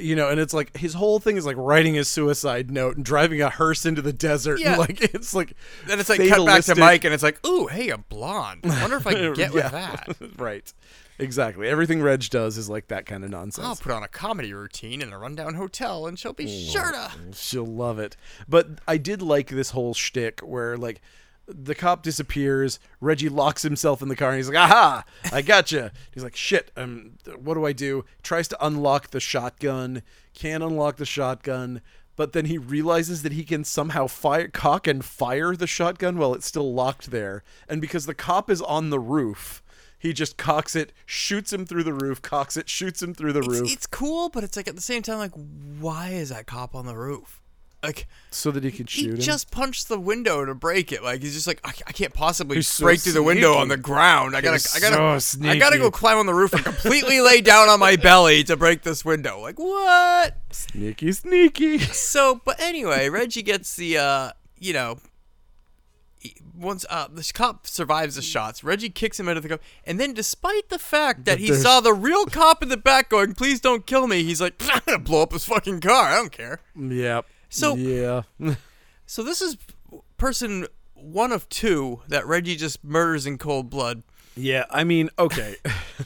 S1: you know, and it's like his whole thing is like writing his suicide note and driving a hearse into the desert,
S2: Yeah.
S1: and like it's like
S2: Then it's like cut back to
S1: fatalistic-
S2: Mike, and it's like, ooh, hey, a blonde. I wonder if I can get with
S1: Yeah.
S2: that.
S1: right, exactly. Everything Reg does is like that kind of nonsense.
S2: I'll put on a comedy routine in a rundown hotel, and she'll be
S1: Oh,
S2: sure to.
S1: She'll love it. But I did like this whole shtick where like the cop disappears. Reggie locks himself in the car and he's like, "Aha! I gotcha." he's like, "Shit! Um, what do I do?" Tries to unlock the shotgun. Can't unlock the shotgun. But then he realizes that he can somehow fire, cock and fire the shotgun while it's still locked there. And because the cop is on the roof, he just cocks it, shoots him through the roof, cocks it, shoots him through the roof,
S2: It's, it's cool, but it's like at the same time, like, why is that cop on the roof? Like,
S1: so that he can shoot
S2: he
S1: him.
S2: just punched the window to break it. Like he's just like I, I can't possibly
S1: He's so
S2: break through the window
S1: sneaky.
S2: on the ground. I gotta
S1: He's
S2: I gotta
S1: so
S2: I gotta go
S1: sneaky.
S2: climb on the roof and completely lay down on my belly to break this window. Like what?
S1: sneaky, sneaky.
S2: So, but anyway, Reggie gets the uh, you know. he- Once uh, this cop survives the shots, Reggie kicks him out of the car, and then, despite the fact that he
S1: there's-
S2: saw the real cop in the back going, "Please don't kill me," he's like, "I'm gonna blow up his fucking car. I don't care."
S1: Yep.
S2: So-
S1: yeah,
S2: So this is person one of two that Reggie just murders in cold blood.
S1: yeah. I mean, okay.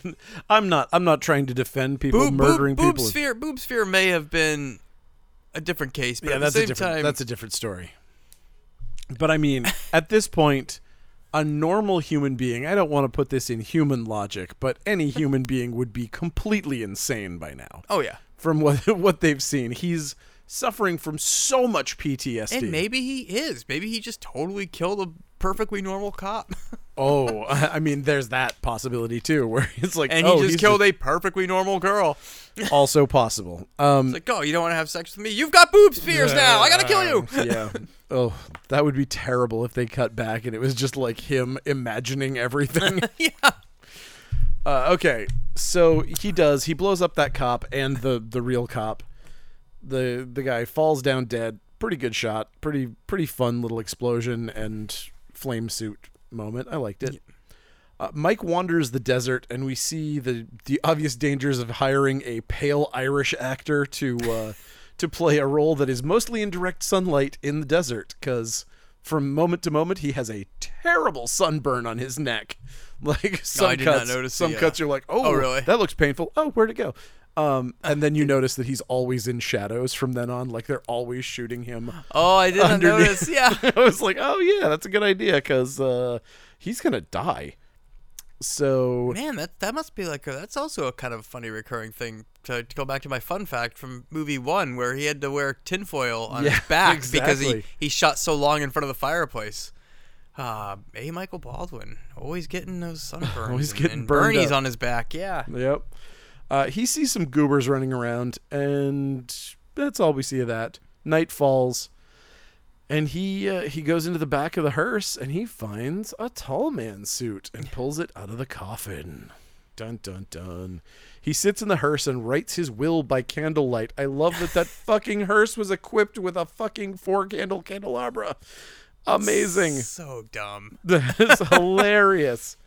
S1: I'm not. I'm not trying to defend people
S2: Boob-
S1: murdering
S2: boob,
S1: people.
S2: Boob sphere, boob sphere may have been a different case, but
S1: yeah,
S2: at
S1: that's
S2: the
S1: a
S2: same
S1: different.
S2: time,
S1: That's a different story. But I mean, at this point, a normal human being. I don't want to put this in human logic, but any human being would be completely insane by now
S2: oh yeah.
S1: from what what they've seen. He's suffering from so much PTSD.
S2: And maybe he is. Maybe he just totally killed a perfectly normal cop,
S1: oh, I mean, there's that possibility too, where it's like,
S2: and
S1: oh,
S2: he just
S1: he's
S2: killed a perfectly normal girl.
S1: just also possible. Um,
S2: It's like, oh, you don't want to have sex with me? You've got boob spheres now. I gotta kill you.
S1: yeah. Oh, that would be terrible if they cut back and it was just like him imagining everything.
S2: yeah.
S1: uh, okay, so he does. He blows up that cop and the the real cop. the The guy falls down dead. Pretty good shot. Pretty pretty fun little explosion and flame suit moment. I liked it. Uh, Mike wanders the desert, and we see the the obvious dangers of hiring a pale Irish actor to uh, to play a role that is mostly in direct sunlight in the desert. Because from moment to moment, he has a terrible sunburn on his neck. Like some
S2: did not
S1: cuts,
S2: notice
S1: some
S2: the, uh,
S1: cuts, you're like, oh,
S2: really?
S1: That looks painful. Oh, where'd it go? Um, and then you notice that he's always in shadows from then on. Like they're always shooting him
S2: Oh, I didn't
S1: Underneath.
S2: notice. Yeah.
S1: I was like, oh yeah, that's a good idea because uh, he's gonna die. So
S2: Man, that that must be like a, that's also a kind of funny recurring thing. To, to go back to my fun fact from movie one, where he had to wear tinfoil on
S1: Yeah,
S2: his back because
S1: exactly.
S2: he he shot so long in front of the fireplace. Uh, a Michael Baldwin always getting those sunburns.
S1: Always
S2: and-
S1: getting
S2: and
S1: burned
S2: Bernie's
S1: up.
S2: on his back. Yeah,
S1: Yep. Uh, he sees some goobers running around, and that's all we see of that. Night falls, and he uh, he goes into the back of the hearse, and he finds a tall man's suit and pulls it out of the coffin. Dun dun dun. He sits in the hearse and writes his will by candlelight. I love that that fucking hearse was equipped with a fucking four candle candelabra. Amazing.
S2: so dumb.
S1: That is hilarious.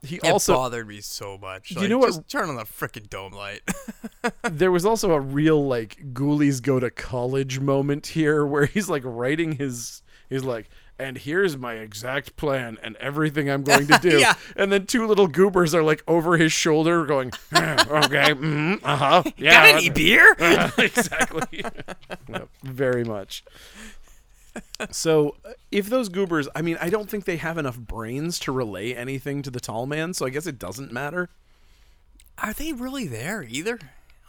S1: He
S2: It
S1: also
S2: bothered me so much.
S1: You
S2: Like,
S1: know what-
S2: Just turn on the freaking dome light.
S1: there was also a real like ghoulies go to college moment here where he's like writing his he's like and here's my exact plan and everything i'm going to do
S2: Yeah.
S1: and then two little goobers are like over his shoulder going "Hmm, okay mm, uh-huh yeah
S2: Got any beer?
S1: exactly. Yep, very much. So, uh, if those goobers, I mean, I don't think they have enough brains to relay anything to the tall man, so I guess it doesn't matter.
S2: Are they really there either?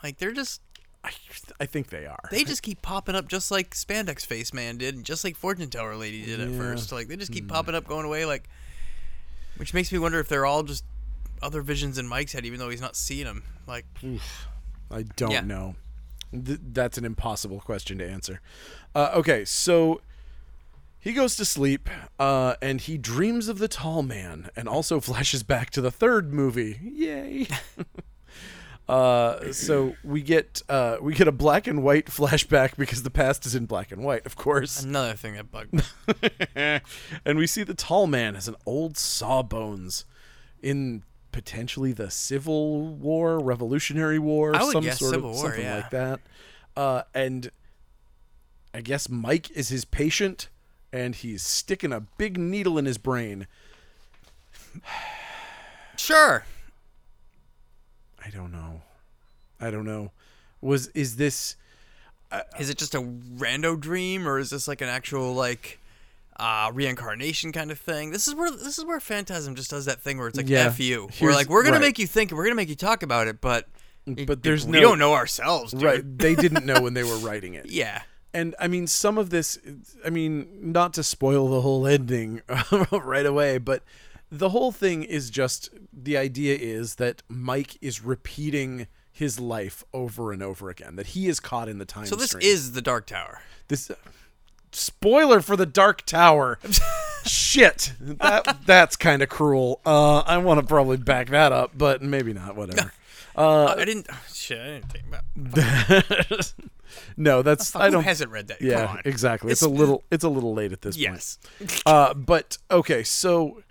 S2: Like they're just
S1: I, I think they are.
S2: they just keep popping up just like Spandex Face Man did and just like Fortune Teller Lady did at
S1: Yeah. Hmm.
S2: first. Like they just keep popping up, going away. Like, which makes me wonder if they're all just other visions in Mike's head, even though he's not seeing them. Like,
S1: Hmm. I don't
S2: Yeah.
S1: know. Th- that's an impossible question to answer. Uh, okay, so he goes to sleep uh, and he dreams of the tall man and also flashes back to the third movie. Yay! Uh, so we get uh, we get a black and white flashback because the past is in black and white, of course.
S2: another thing that bugged me.
S1: and we see the tall man as an old sawbones in potentially the Civil War, Revolutionary War,
S2: I would
S1: some
S2: guess
S1: sort
S2: Civil
S1: of
S2: War,
S1: something
S2: yeah.
S1: like that. Uh, and I guess Mike is his patient, and he's sticking a big needle in his brain.
S2: sure.
S1: I don't know. I don't know. Was is this?
S2: Is it just a rando dream, or is this like an actual like? Uh, reincarnation kind of thing. This is where this is where Phantasm just does that thing where it's like
S1: Yeah.
S2: f you. We're
S1: Here's-
S2: like we're gonna
S1: right.
S2: make you think, and we're gonna make you talk about it, but
S1: But there's
S2: we
S1: no
S2: don't know ourselves, dude.
S1: right. They didn't know when they were writing it.
S2: Yeah.
S1: and I mean, some of this, I mean, not to spoil the whole ending right away, but the whole thing is just the idea is that Mike is repeating his life over and over again, that he is caught in the time
S2: So this
S1: stream.
S2: is the Dark Tower.
S1: this spoiler for the Dark Tower. Shit, that that's kind of cruel. Uh, I want to probably back that up, but maybe not. Whatever. Uh,
S2: Oh, I didn't. oh, shit, I didn't think about.
S1: no, that's I
S2: Who
S1: don't.
S2: hasn't read that? Come
S1: yeah,
S2: on.
S1: exactly. It's, a little. It's a little late at this point.
S2: Yes.
S1: uh, but okay, so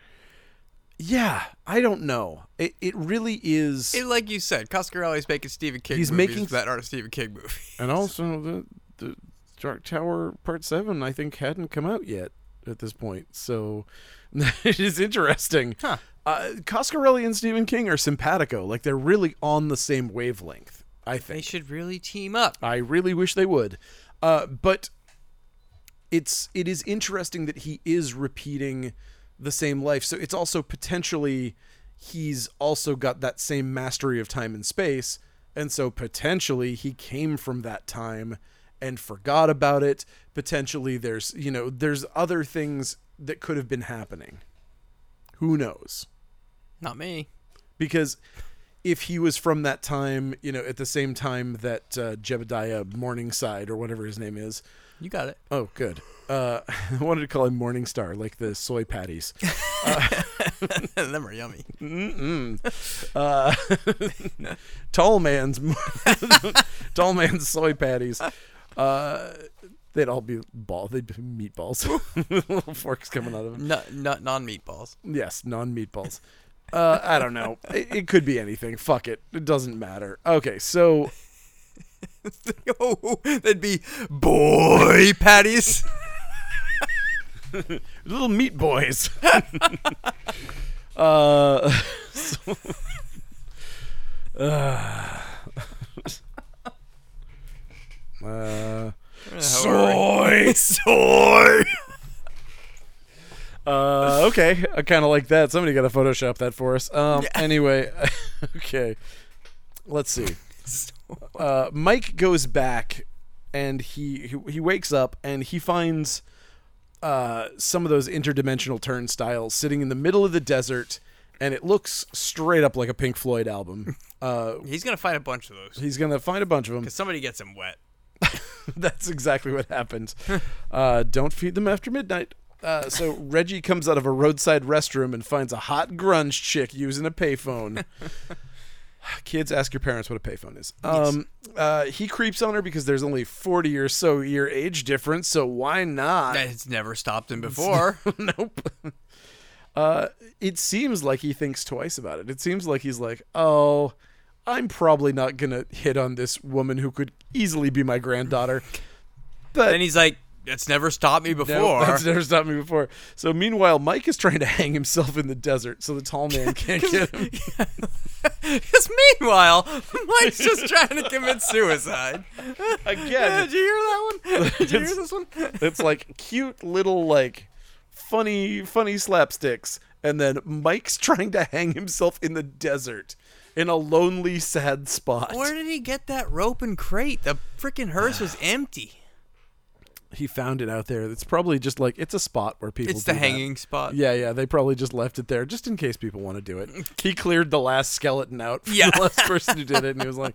S1: yeah, I don't know. It, it really is,
S2: It, like you said, Coscarelli's making Stephen King.
S1: He's
S2: movies
S1: making-
S2: that aren't a Stephen King movie.
S1: and also the, the Dark Tower Part Seven, I think, hadn't come out yet at this point, so it is interesting.
S2: Huh.
S1: Uh, Coscarelli and Stephen King are simpatico, like they're really on the same wavelength. I think
S2: They should really team up.
S1: I really wish they would. Uh, but it's it is interesting that he is repeating the same life. So it's also potentially he's also got that same mastery of time and space, and so potentially he came from that time and forgot about it. Potentially there's you know there's other things that could have been happening. Who knows?
S2: Not me.
S1: because if he was from that time, you know, at the same time that uh, Jebediah Morningside or whatever his name is.
S2: You got it.
S1: Oh, good. Uh, I wanted to call him Morningstar, like the soy patties.
S2: Them are yummy.
S1: Uh, tall man's tall man's soy patties. Uh, they'd all be ball. They'd be meatballs. Little forks coming out of them.
S2: No, no, non meatballs.
S1: Yes, non meatballs. Uh, I don't know. It, it could be anything. Fuck it. It doesn't matter. Okay, so
S2: oh, that'd be boy patties.
S1: little meat boys. uh, so- uh,
S2: soy, soy.
S1: Uh, okay, I kind of like that. Somebody got to Photoshop that for us. Um, Anyway, okay, let's see. Uh, Mike goes back, and he, he he wakes up and he finds uh, some of those interdimensional turnstiles sitting in the middle of the desert, and it looks straight up like a Pink Floyd album. Uh,
S2: He's gonna find a bunch of those.
S1: he's gonna find a bunch of them.
S2: Cause somebody gets him wet.
S1: That's exactly what happens. uh, don't feed them after midnight. Uh, so Reggie comes out of a roadside restroom and finds a hot grunge chick using a payphone. Kids, ask your parents what a payphone is. Um, uh, he creeps on her because there's only 40 or so year age difference, so why not?
S2: It's never stopped him before.
S1: nope. Uh, it seems like he thinks twice about it. It seems like he's like, oh, I'm probably not gonna hit on this woman who could easily be my granddaughter. But
S2: and he's like, "That's never stopped me before."
S1: no, that's never stopped me before. So meanwhile, Mike is trying to hang himself in the desert, so the tall man can't get him.
S2: Because meanwhile, Mike's just trying to commit suicide.
S1: Again,
S2: Did you hear that one? Did you hear this one?
S1: It's like cute little like funny funny slapsticks and then Mike's trying to hang himself in the desert in a lonely sad spot.
S2: Where did he get that rope and crate? The freaking hearse was empty.
S1: He found it out there. It's probably just like it's a spot where people
S2: It's the
S1: do that.
S2: hanging spot.
S1: Yeah, yeah, they probably just left it there just in case people want to do it. He cleared the last skeleton out from
S2: Yeah.
S1: the last person who did it and he was like,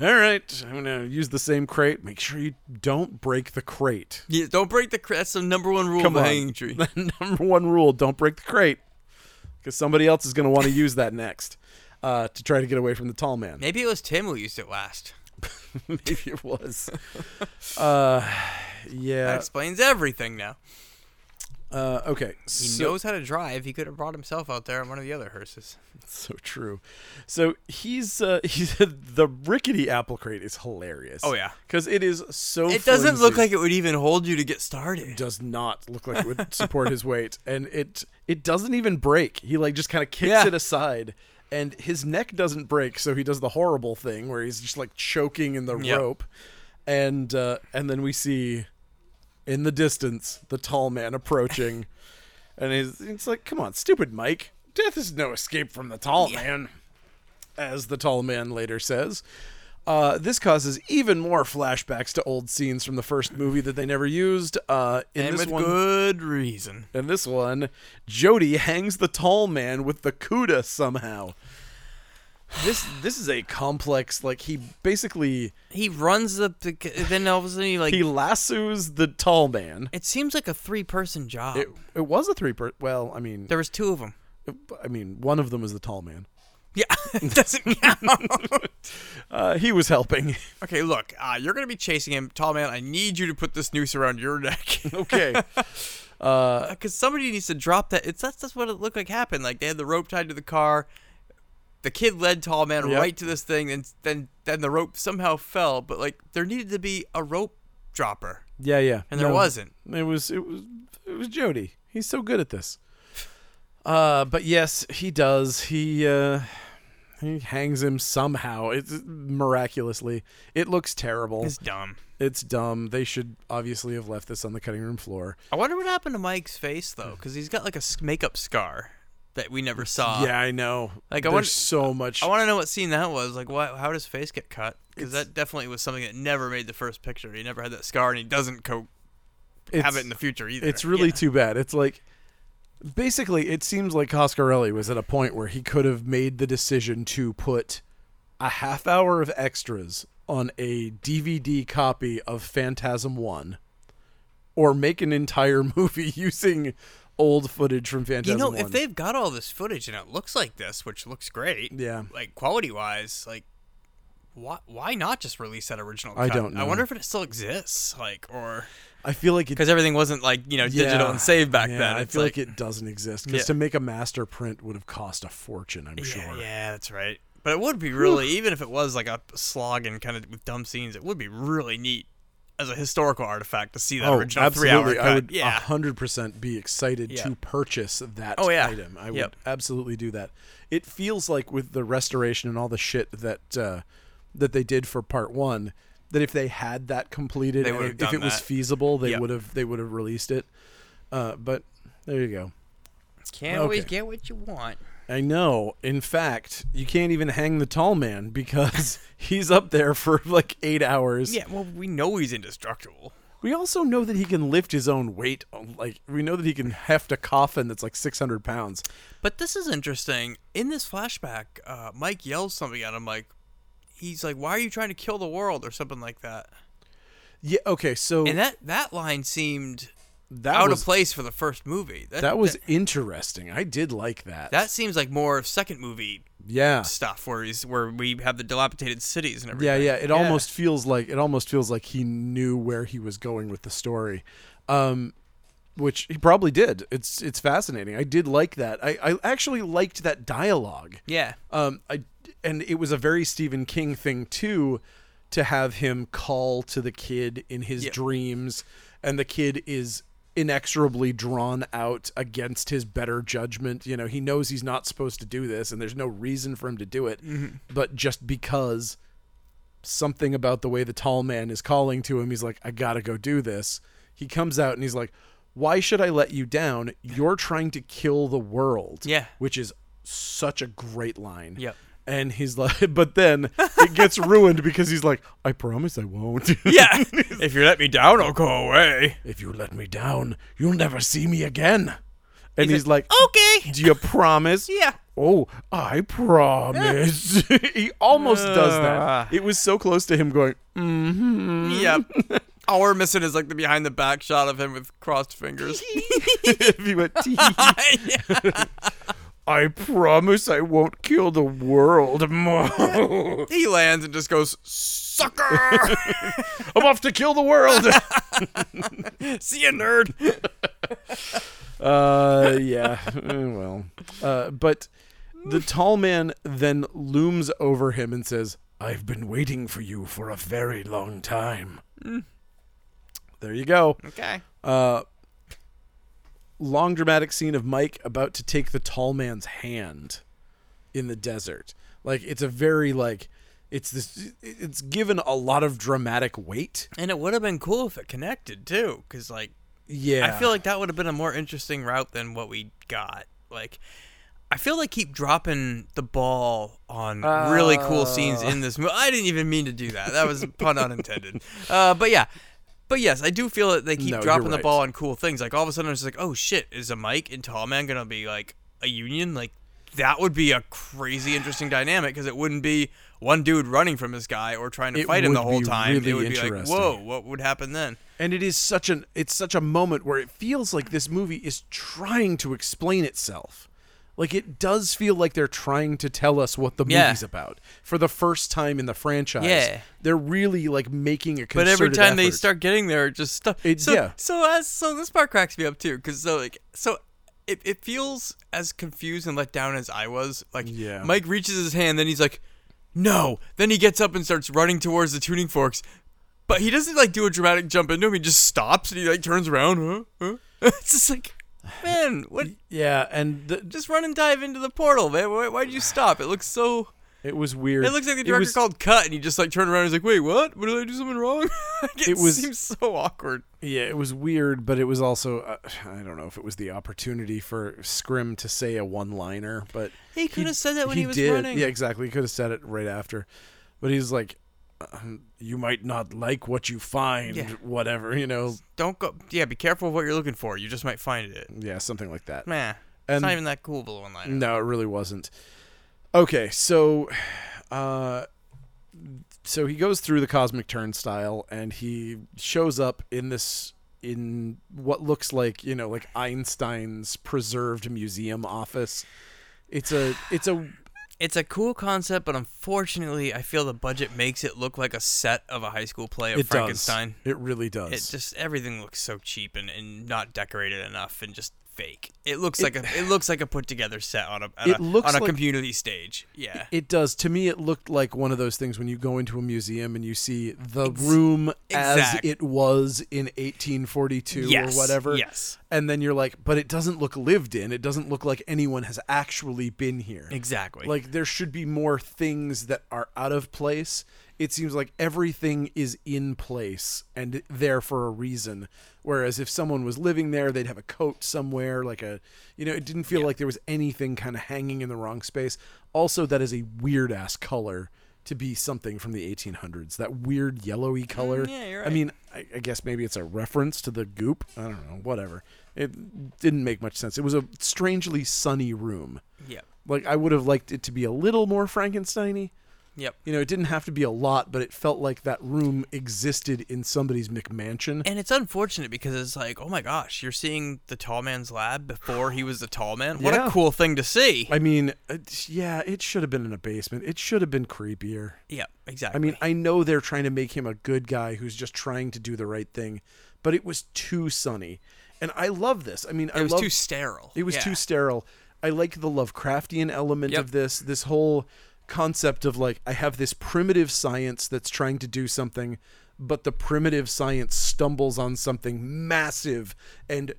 S1: "All right, I'm going to use the same crate. Make sure you don't break the crate."
S2: Yeah, don't break the crate. That's the number one rule
S1: Come on.
S2: of the hanging tree.
S1: Number one rule: don't break the crate, because somebody else is going to want to use that next uh, to try to get away from the tall man.
S2: Maybe it was Tim who used it last.
S1: Maybe it was. uh,
S2: That
S1: yeah.
S2: explains everything now.
S1: Uh, okay.
S2: He
S1: so,
S2: knows how to drive. He could have brought himself out there on one of the other hearses.
S1: so true. So he's uh, he's the rickety apple crate is hilarious.
S2: Oh, yeah.
S1: because it is so.
S2: It doesn't look
S1: flimsy.
S2: like it would even hold you to get started.
S1: does not look like it would support his weight and it it doesn't even break he like just kind of kicks
S2: Yeah.
S1: it aside and his neck doesn't break so he does the horrible thing where he's just like choking in the
S2: Yep.
S1: rope and uh and then we see in the distance the tall man approaching and he's it's like come on stupid mike death is no escape from the tall man as the tall man later says. Uh, this causes even more flashbacks to old scenes from the first movie that they never used. Uh, in
S2: And
S1: this
S2: with
S1: one,
S2: good reason.
S1: in this one, Jody hangs the tall man with the CUDA somehow. This this is a complex. Like he basically
S2: He runs the, the then all of a sudden he like
S1: he lassos the tall man.
S2: It seems like a three-person job.
S1: It, it was a three per. Well, I mean,
S2: there was two of them.
S1: I mean, one of them was the tall man.
S2: Yeah, it doesn't count.
S1: Uh, he was helping.
S2: okay, look, uh, you're gonna be chasing him, tall man. I need you to put this noose around your neck
S1: okay.
S2: because Uh, somebody needs to drop that. It's that's that's what it looked like happened. Like they had the rope tied to the car. The kid led tall man
S1: Yep.
S2: right to this thing, and then then the rope somehow fell. But like there needed to be a rope dropper,
S1: Yeah, yeah.
S2: and there
S1: No.
S2: wasn't.
S1: It was it was it was Jody. He's so good at this. Uh, but yes, he does. He uh, he hangs him somehow. It's miraculously. It looks terrible.
S2: It's dumb.
S1: It's dumb. They should obviously have left this on the cutting room floor.
S2: I wonder what happened to Mike's face though, because he's got like a s- makeup scar that we never saw.
S1: yeah, Ah. I know.
S2: like, I
S1: there's
S2: wonder-
S1: so much.
S2: I want to know what scene that was. Like, why? How did his face get cut? Because that definitely was something that never made the first picture. He never had that scar, and he doesn't co-
S1: it's,
S2: have it in the future either.
S1: it's really
S2: Yeah.
S1: too bad. It's like basically, it seems like Coscarelli was at a point where he could have made the decision to put a half hour of extras on a DVD copy of Phantasm One, or make an entire movie using old footage from Phantasm
S2: you know,
S1: One.
S2: if they've got all this footage and it looks like this, which looks great,
S1: Yeah.
S2: like quality wise, like why why not just release that original?
S1: I
S2: cut?
S1: don't
S2: I
S1: know.
S2: wonder if it still exists, like or
S1: I feel like it
S2: because everything wasn't like you know digital
S1: Yeah.
S2: and saved back
S1: Yeah,
S2: then.
S1: I
S2: It's
S1: feel like, it doesn't exist because
S2: Yeah.
S1: to make a master print would have cost a fortune. I'm
S2: yeah,
S1: sure.
S2: yeah, that's right. But it would be really, even if it was like a slog and kind of with dumb scenes, it would be really neat as a historical artifact to see that
S1: Oh,
S2: original
S1: absolutely!
S2: three-hour cut.
S1: I would
S2: yeah,
S1: hundred percent be excited
S2: Yeah.
S1: to purchase that
S2: Oh, yeah.
S1: item. I would
S2: Yep.
S1: absolutely do that. It feels like with the restoration and all the shit that uh, that they did for part one, that if they had that completed,
S2: They
S1: and
S2: would've
S1: if
S2: done
S1: it was
S2: that.
S1: feasible, they
S2: Yep.
S1: would have they would have released it. Uh, but there you go.
S2: Can't
S1: always
S2: always
S1: Okay.
S2: get what you want.
S1: I know. In fact, you can't even hang the tall man because he's up there for like eight hours.
S2: Yeah, well, we know he's indestructible.
S1: We also know that he can lift his own weight. uh, Like we know that he can heft a coffin that's like six hundred pounds.
S2: But this is interesting. In this flashback, uh, Mike yells something at him like, "He's like, why are you trying to kill the world?" or something like that.
S1: Yeah. Okay. So
S2: And that that line seemed
S1: that
S2: out
S1: was
S2: of place for the first movie.
S1: that was interesting. I did like that.
S2: that seems like more of second movie
S1: yeah.
S2: stuff where he's where we have the dilapidated cities and
S1: Yeah,
S2: everything.
S1: yeah. It almost feels like it almost feels like he knew where he was going with the story, um, which he probably did. It's it's fascinating. I did like that. I, I actually liked that dialogue.
S2: yeah.
S1: Um, I and it was a very Stephen King thing too, to have him call to the kid in his
S2: Yeah.
S1: dreams, and the kid is inexorably drawn out against his better judgment. You know, he knows he's not supposed to do this, and there's no reason for him to do it,
S2: Mm-hmm.
S1: but just because something about the way the tall man is calling to him, he's like, I gotta go do this. He comes out and he's like. Why should I let you down? You're trying to kill the world
S2: Yeah.
S1: which is such a great line.
S2: Yep.
S1: And he's like, but then it gets ruined because he's like, I promise I won't.
S2: Yeah. if you let me down, I'll go away.
S1: if you let me down, you'll never see me again. And he's, like,
S2: Okay.
S1: Do you promise?
S2: "Oh, Yeah.
S1: Oh, I promise. he almost does
S2: Ah.
S1: that. It was so close to him going,
S2: Yep. All we're missing is like the behind the back shot of him with crossed fingers.
S1: if he went, "Tee." I promise I won't kill the world. I'm
S2: he lands and just goes, "Sucker!
S1: off to kill the world.
S2: See you, nerd."
S1: Uh, yeah. Eh, well, uh, but the tall man then looms over him and says, "I've been waiting for you for a very long time."
S2: Mm.
S1: There you go.
S2: Okay.
S1: Long dramatic scene of Mike about to take the tall man's hand in the desert. Like it's a very like it's this it's given a lot of dramatic weight.
S2: And it would have been cool if it connected too, because like
S1: Yeah.
S2: I feel like that would have been a more interesting route than what we got. Like, I feel like keep dropping the ball on really cool scenes in
S1: Uh.
S2: this movie. I didn't even mean to do that. That was pun unintended. Uh, but yeah. But yes, I do feel that they keep
S1: No, you're
S2: dropping the
S1: right.
S2: ball on cool things. Like all of a sudden, it's like, oh shit, is a Mike and Tall Man gonna be like a union? Like that would be a crazy interesting dynamic because it wouldn't be one dude running from this guy or trying to
S1: It
S2: fight him the
S1: would
S2: whole
S1: be
S2: time.
S1: really
S2: it would be like,
S1: interesting.
S2: whoa, what would happen then?
S1: and it is such an it's such a moment where it feels like this movie is trying to explain itself like it does feel like they're trying to tell us what the
S2: Yeah.
S1: movie's about for the first time in the franchise
S2: Yeah.
S1: they're really like making a
S2: But every
S1: concerted
S2: time they
S1: effort.
S2: start getting there, it just stuff.
S1: It-
S2: so,
S1: yeah.
S2: So as so this part cracks me up too, because so like so it, it feels as confused and let down as I was. Like
S1: Yeah.
S2: Mike reaches his hand, then he's like, no. Then he gets up and starts running towards the tuning forks, but he doesn't like do a dramatic jump into him. He just stops and he like turns around. Huh? Huh? it's just like, man, what?
S1: yeah and the,
S2: Just run and dive into the portal, man. Why, why'd you stop? It looks so.
S1: it was weird
S2: It looks like the director
S1: was,
S2: called cut, and he just like turned around. and He's like, "Wait, what? What did I do something wrong?" like, it,
S1: It was-
S2: seems so awkward.
S1: yeah it was weird but it was also uh, i don't know if it was the opportunity for scrim to say a one liner but
S2: He could have said that when he, was
S1: did.
S2: running.
S1: Yeah, exactly. He could have said it right after, but he's like, um, "You might not like what you find,
S2: Yeah.
S1: whatever you know."
S2: Don't go. Yeah, be careful of what you're looking for. You just might find it.
S1: Yeah, something like that.
S2: Man, it's
S1: And-
S2: not even that cool of a one liner.
S1: No, it really wasn't. Okay, so, uh, so he goes through the cosmic turnstile and he shows up in this in what looks like you know like Einstein's preserved museum office. It's a it's a
S2: It's a cool concept, but unfortunately, I feel the budget makes it look like a set of a high school play of
S1: it
S2: Frankenstein.
S1: does it really does
S2: It just everything looks so cheap and, and not decorated enough and just fake. It looks like a it looks like a put together set on a, on
S1: It
S2: a
S1: looks
S2: on a
S1: like-
S2: community stage. Yeah.
S1: It does. To me, it looked like one of those things when you go into a museum and you see the room
S2: exact.
S1: as it was in 1842
S2: Yes,
S1: or whatever.
S2: yes.
S1: And then you're like, but it doesn't look lived in. It doesn't look like anyone has actually been here.
S2: Exactly.
S1: Like there should be more things that are out of place. it seems like everything is in place and there for a reason. Whereas if someone was living there, they'd have a coat somewhere, like a, you know, it didn't feel like there was anything kind of hanging in the wrong space. Also, that is a weird ass color to be something from the 1800s. That weird yellowy color.
S2: Mm, yeah, you're
S1: I
S2: right.
S1: mean, I, I guess maybe it's a reference to the goop. I don't know. Whatever. It didn't make much sense. It was a strangely sunny room.
S2: Yep.
S1: Like I would have liked it to be a little more Frankensteiny.
S2: Yep.
S1: You know, it didn't have to be a lot, but it felt like that room existed in somebody's McMansion.
S2: And it's unfortunate because it's like, oh my gosh, you're seeing the tall man's lab before he was the tall man. What
S1: Yeah.
S2: a cool thing to see.
S1: I mean, it's- yeah, it should have been in a basement. It should have been creepier.
S2: yeah,
S1: I
S2: exactly.
S1: mean, I know they're trying to make him a good guy who's just trying to do the right thing, but it was too sunny. And I love this. I mean, I
S2: it was
S1: love
S2: too sterile.
S1: It was
S2: Yeah.
S1: too sterile. I like the Lovecraftian element
S2: Yep.
S1: of this. This whole concept of like I have this primitive science that's trying to do something, but the primitive science stumbles on something massive and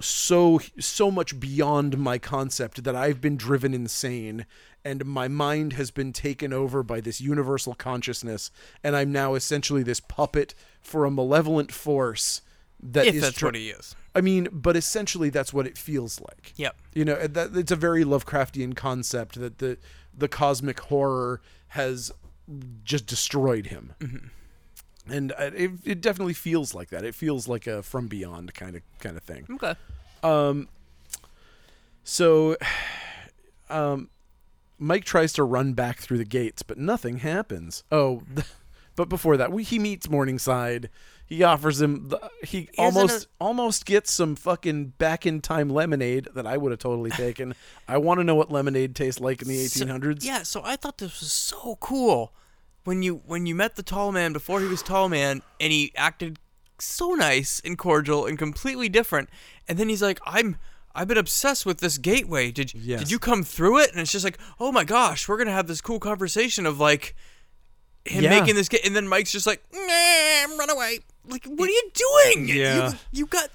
S1: so so much beyond my concept that I've been driven insane and my mind has been taken over by this universal consciousness and I'm now essentially this puppet for a malevolent force that
S2: If
S1: is
S2: that's
S1: tr-
S2: what he is.
S1: I mean, but essentially that's what it feels like.
S2: Yep.
S1: You know, and that, it's a very Lovecraftian concept that the the cosmic horror has just destroyed him. And uh, it, it definitely feels like that. It feels like a from beyond kind of kind of thing.
S2: Okay.
S1: So, um, Mike tries to run back through the gates, but nothing happens. Oh, but before that, we, he meets Morningside. He offers him. The, he almost almost gets some fucking back in time lemonade that I would have totally taken. I want to know what lemonade tastes like in the
S2: So-
S1: 1800s.
S2: yeah, so I thought this was so cool when you when you met the tall man before he was tall man, and he acted so nice and cordial and completely different, and then he's like, "I'm." I've been obsessed with this gateway. Did
S1: Yes.
S2: did you come through it? And it's just like, oh my gosh, we're gonna have this cool conversation of like him
S1: Yeah.
S2: making this gate, and then Mike's just like, nah, run away. Like, what are you doing?
S1: Yeah.
S2: you, you got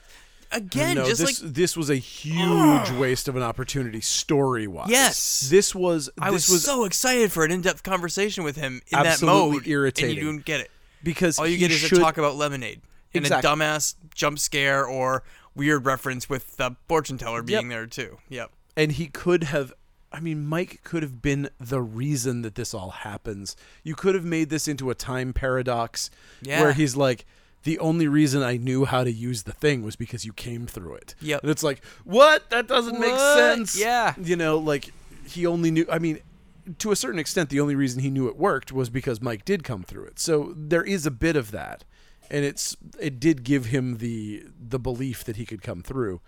S2: again,
S1: no,
S2: just
S1: this
S2: like
S1: this was a huge waste of an opportunity story wise.
S2: Yes.
S1: this was.
S2: I
S1: this
S2: was, so excited for an in-depth conversation with him in that
S1: Absolutely
S2: mode.
S1: irritating.
S2: And you don't get it.
S1: because
S2: All you
S1: he
S2: get is
S1: should,
S2: a talk about lemonade and
S1: Exactly.
S2: a dumbass jump scare or weird reference with the fortune teller being there too. Yep.
S1: and he could have I mean Mike could have been the reason that this all happens. You could have made this into a time paradox where
S2: Yeah.
S1: he's like the only reason I knew how to use the thing was because you came through it.
S2: Yep.
S1: And it's like, "What? That doesn't make
S2: What?
S1: sense."
S2: Yeah.
S1: You know, like he only knew I mean to a certain extent the only reason he knew it worked was because Mike did come through it. So there is a bit of that. And it's it did give him the the belief that he could come through.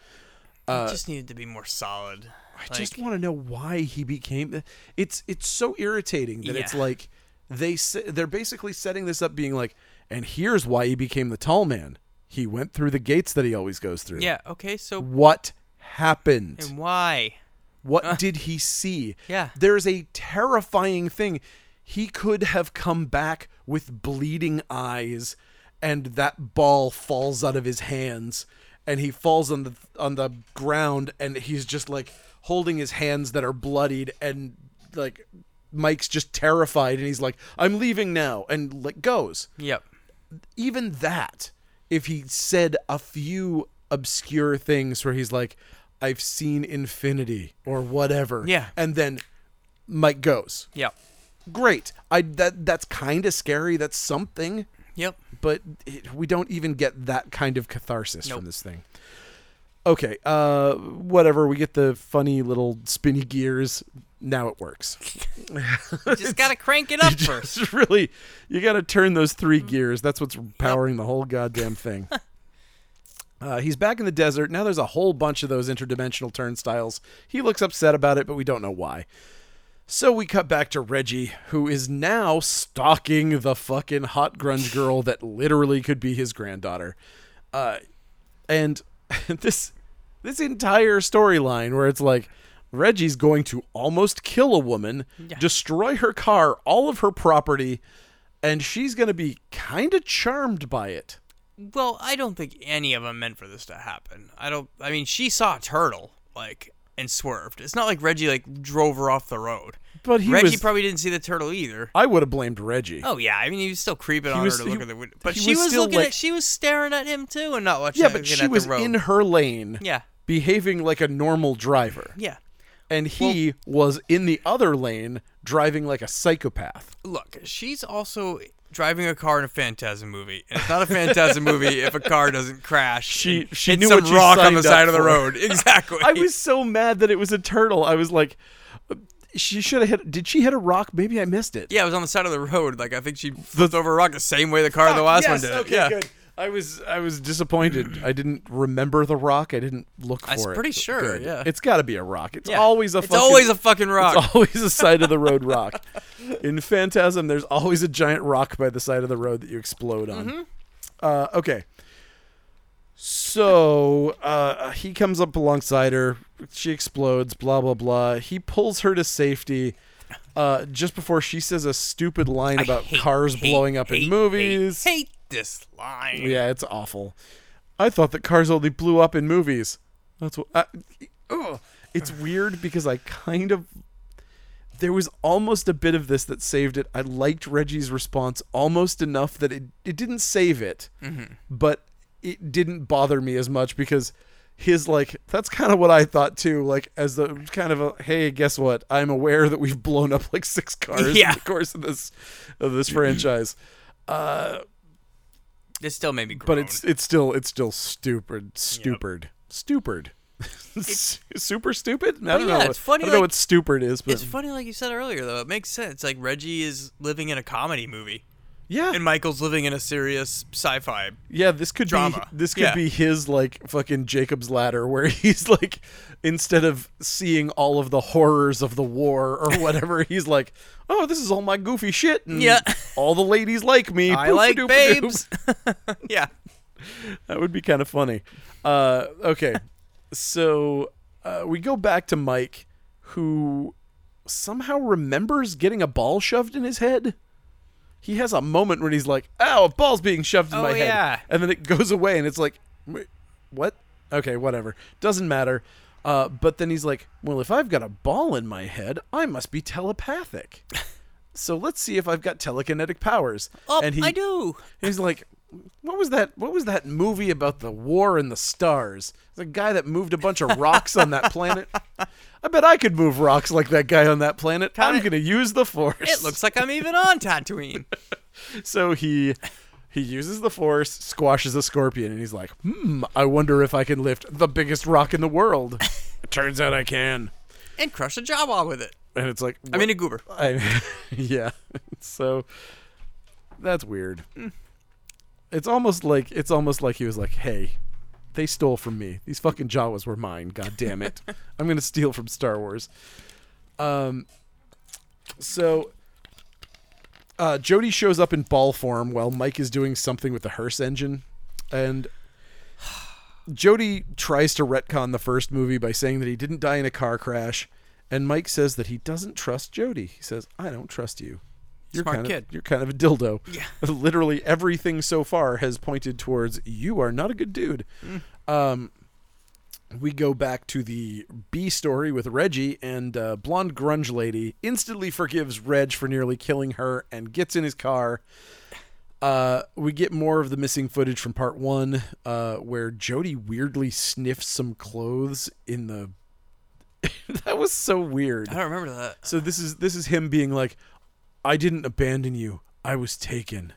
S2: it just needed to be more solid.
S1: Uh, I
S2: Like,
S1: just want to know why he became. It's it's so irritating that it's
S2: Yeah.
S1: like they se- they're basically setting this up, being like, and here's why he became the tall man. He went through the gates that he always goes through.
S2: yeah. Okay. So
S1: What happened?
S2: and why?
S1: What did he see?
S2: Yeah.
S1: There's a terrifying thing. He could have come back with bleeding eyes and that ball falls out of his hands and he falls on the on the ground and he's just like holding his hands that are bloodied and like Mike's just terrified and he's like I'm leaving now and like goes
S2: Yep.
S1: even that, if he said a few obscure things where he's like, I've seen infinity or whatever.
S2: Yeah.
S1: And then Mike goes.
S2: Yep.
S1: Great. I that that's kind of scary. That's something,
S2: Yep.
S1: but it, we don't even get that kind of catharsis
S2: Nope.
S1: from this thing. Okay, uh whatever, we get the funny little spinny gears. Now it works.
S2: Just gotta crank it up first.
S1: It's really you got to turn those three gears. That's what's powering the whole goddamn thing. uh, he's back in the desert now. There's a whole bunch of those interdimensional turnstiles. He looks upset about it, but we don't know why. So we cut back to Reggie, who is now stalking the fucking hot grunge girl that literally could be his granddaughter. Uh, and this this entire storyline where it's like Reggie's going to almost kill a woman, destroy her car, all of her property, and she's going to be kind of charmed by it.
S2: Well, I don't think any of them meant for this to happen. I don't. I mean, she saw a turtle, like, and swerved. It's not like Reggie like drove her off the road.
S1: But he
S2: Reggie
S1: was.
S2: probably didn't see the turtle either.
S1: I would have blamed Reggie.
S2: Oh yeah, I mean he was still creeping on
S1: was-
S2: her to look
S1: he-
S2: at the window, but
S1: he
S2: she
S1: was
S2: was,
S1: still,
S2: looking
S1: like-
S2: at she was staring at him too and not watching.
S1: yeah, but
S2: looking
S1: she
S2: at
S1: was
S2: the road.
S1: in her lane,
S2: Yeah,
S1: behaving like a normal driver,
S2: yeah.
S1: and he was in the other lane driving like a psychopath.
S2: Look, she's also driving a car in a Phantasm movie. And it's not a Phantasm movie if a car doesn't crash.
S1: She-
S2: and
S1: she
S2: hit
S1: knew
S2: some
S1: what she
S2: rock on
S1: signed
S2: the
S1: up
S2: side of the
S1: for.
S2: road. Exactly.
S1: I was so mad that it was a turtle. I was like, she should have hit. Did she hit a rock? Maybe I missed it.
S2: yeah, it was on the side of the road. Like I think she flipped over a rock the same way the car in the last one
S1: Yes,
S2: did.
S1: Okay,
S2: yeah.
S1: good. I was I was disappointed. I didn't remember the rock. I didn't look for
S2: was
S1: it.
S2: pretty sure,
S1: Good.
S2: yeah.
S1: it's got to be a rock. It's
S2: Yeah.
S1: always a.
S2: It's
S1: fucking,
S2: always a fucking rock.
S1: It's always a side of the road rock. In Phantasm, there's always a giant rock by the side of the road that you explode on.
S2: Mm-hmm.
S1: Uh, okay. So uh, he comes up alongside her. She explodes, blah, blah, blah. He pulls her to safety uh, just before she says a stupid line about
S2: hate-
S1: cars
S2: hate-
S1: blowing up
S2: hate-
S1: in movies.
S2: Hate, hate this line.
S1: Yeah, it's awful. I thought that cars only blew up in movies. That's what. I, ugh. It's weird because I kind of. There was almost a bit of this that saved it. I liked Reggie's response almost enough that it, it didn't save it, but it didn't bother me as much because his, like, that's kind of what I thought too. Like, as the kind of a, hey, guess what? I'm aware that we've blown up like six cars
S2: Yeah.
S1: in the course of this, of this franchise.
S2: This still made me groan.
S1: but it's it's still it's still stupid stupid stupid super stupid i don't
S2: yeah,
S1: know
S2: it's funny,
S1: i don't know
S2: like-
S1: what stupid is but
S2: It's funny, like you said earlier, though. It makes sense. Like Reggie is living in a comedy movie,
S1: yeah
S2: and Michael's living in a serious sci-fi.
S1: yeah this could
S2: drama.
S1: be this could
S2: Yeah.
S1: be his like fucking jacob's ladder where he's like instead of seeing all of the horrors of the war or whatever he's like oh this is all my goofy shit and
S2: Yeah.
S1: all the ladies like me
S2: I like
S1: Boop-a-doop-a-doop.
S2: babes. yeah,
S1: That would be kind of funny. Uh, okay. so uh, we go back to Mike, who somehow remembers getting a ball shoved in his head. He has a moment when he's like, oh, a ball's being shoved in
S2: Oh,
S1: my head.
S2: yeah.
S1: And then it goes away, and it's like, "Wait, what? Okay, whatever. Doesn't matter. Uh, but then he's like, well, if I've got a ball in my head, I must be telepathic. so let's see if I've got telekinetic powers.
S2: oh,
S1: and he,
S2: I do.
S1: He's like, what was that? What was that movie about the war and the stars? The guy that moved a bunch of rocks on that planet. I bet I could move rocks like that guy on that planet. I'm
S2: Kinda-
S1: gonna use the force.
S2: It looks like I'm even on Tatooine.
S1: so he he uses the force, squashes a scorpion, and he's like, hmm. I wonder if I can lift the biggest rock in the world. Turns out I can.
S2: and crush a Jawa with it.
S1: And it's like,
S2: I mean, a goober.
S1: I, yeah. So that's weird. It's almost like it's almost like he was like, "Hey, they stole from me. These fucking Jawas were mine. God damn it! I'm gonna steal from Star Wars." Um. So. Uh, Jody shows up in ball form while Mike is doing something with the hearse engine, and Jody tries to retcon the first movie by saying that he didn't die in a car crash, and Mike says that he doesn't trust Jody. He says, "I don't trust you. You're
S2: Smart
S1: kind
S2: kid.
S1: Of, you're kind of a dildo."
S2: Yeah.
S1: Literally everything so far has pointed towards you are not a good dude.
S2: Mm.
S1: Um, we go back to the B story with Reggie and uh, blonde grunge lady instantly forgives Reg for nearly killing her and gets in his car. Uh, we get more of the missing footage from part one, uh, where Jody weirdly sniffs some clothes in the. that was so weird.
S2: I don't remember that.
S1: So this is this is him being like, "I didn't abandon you. I was taken,"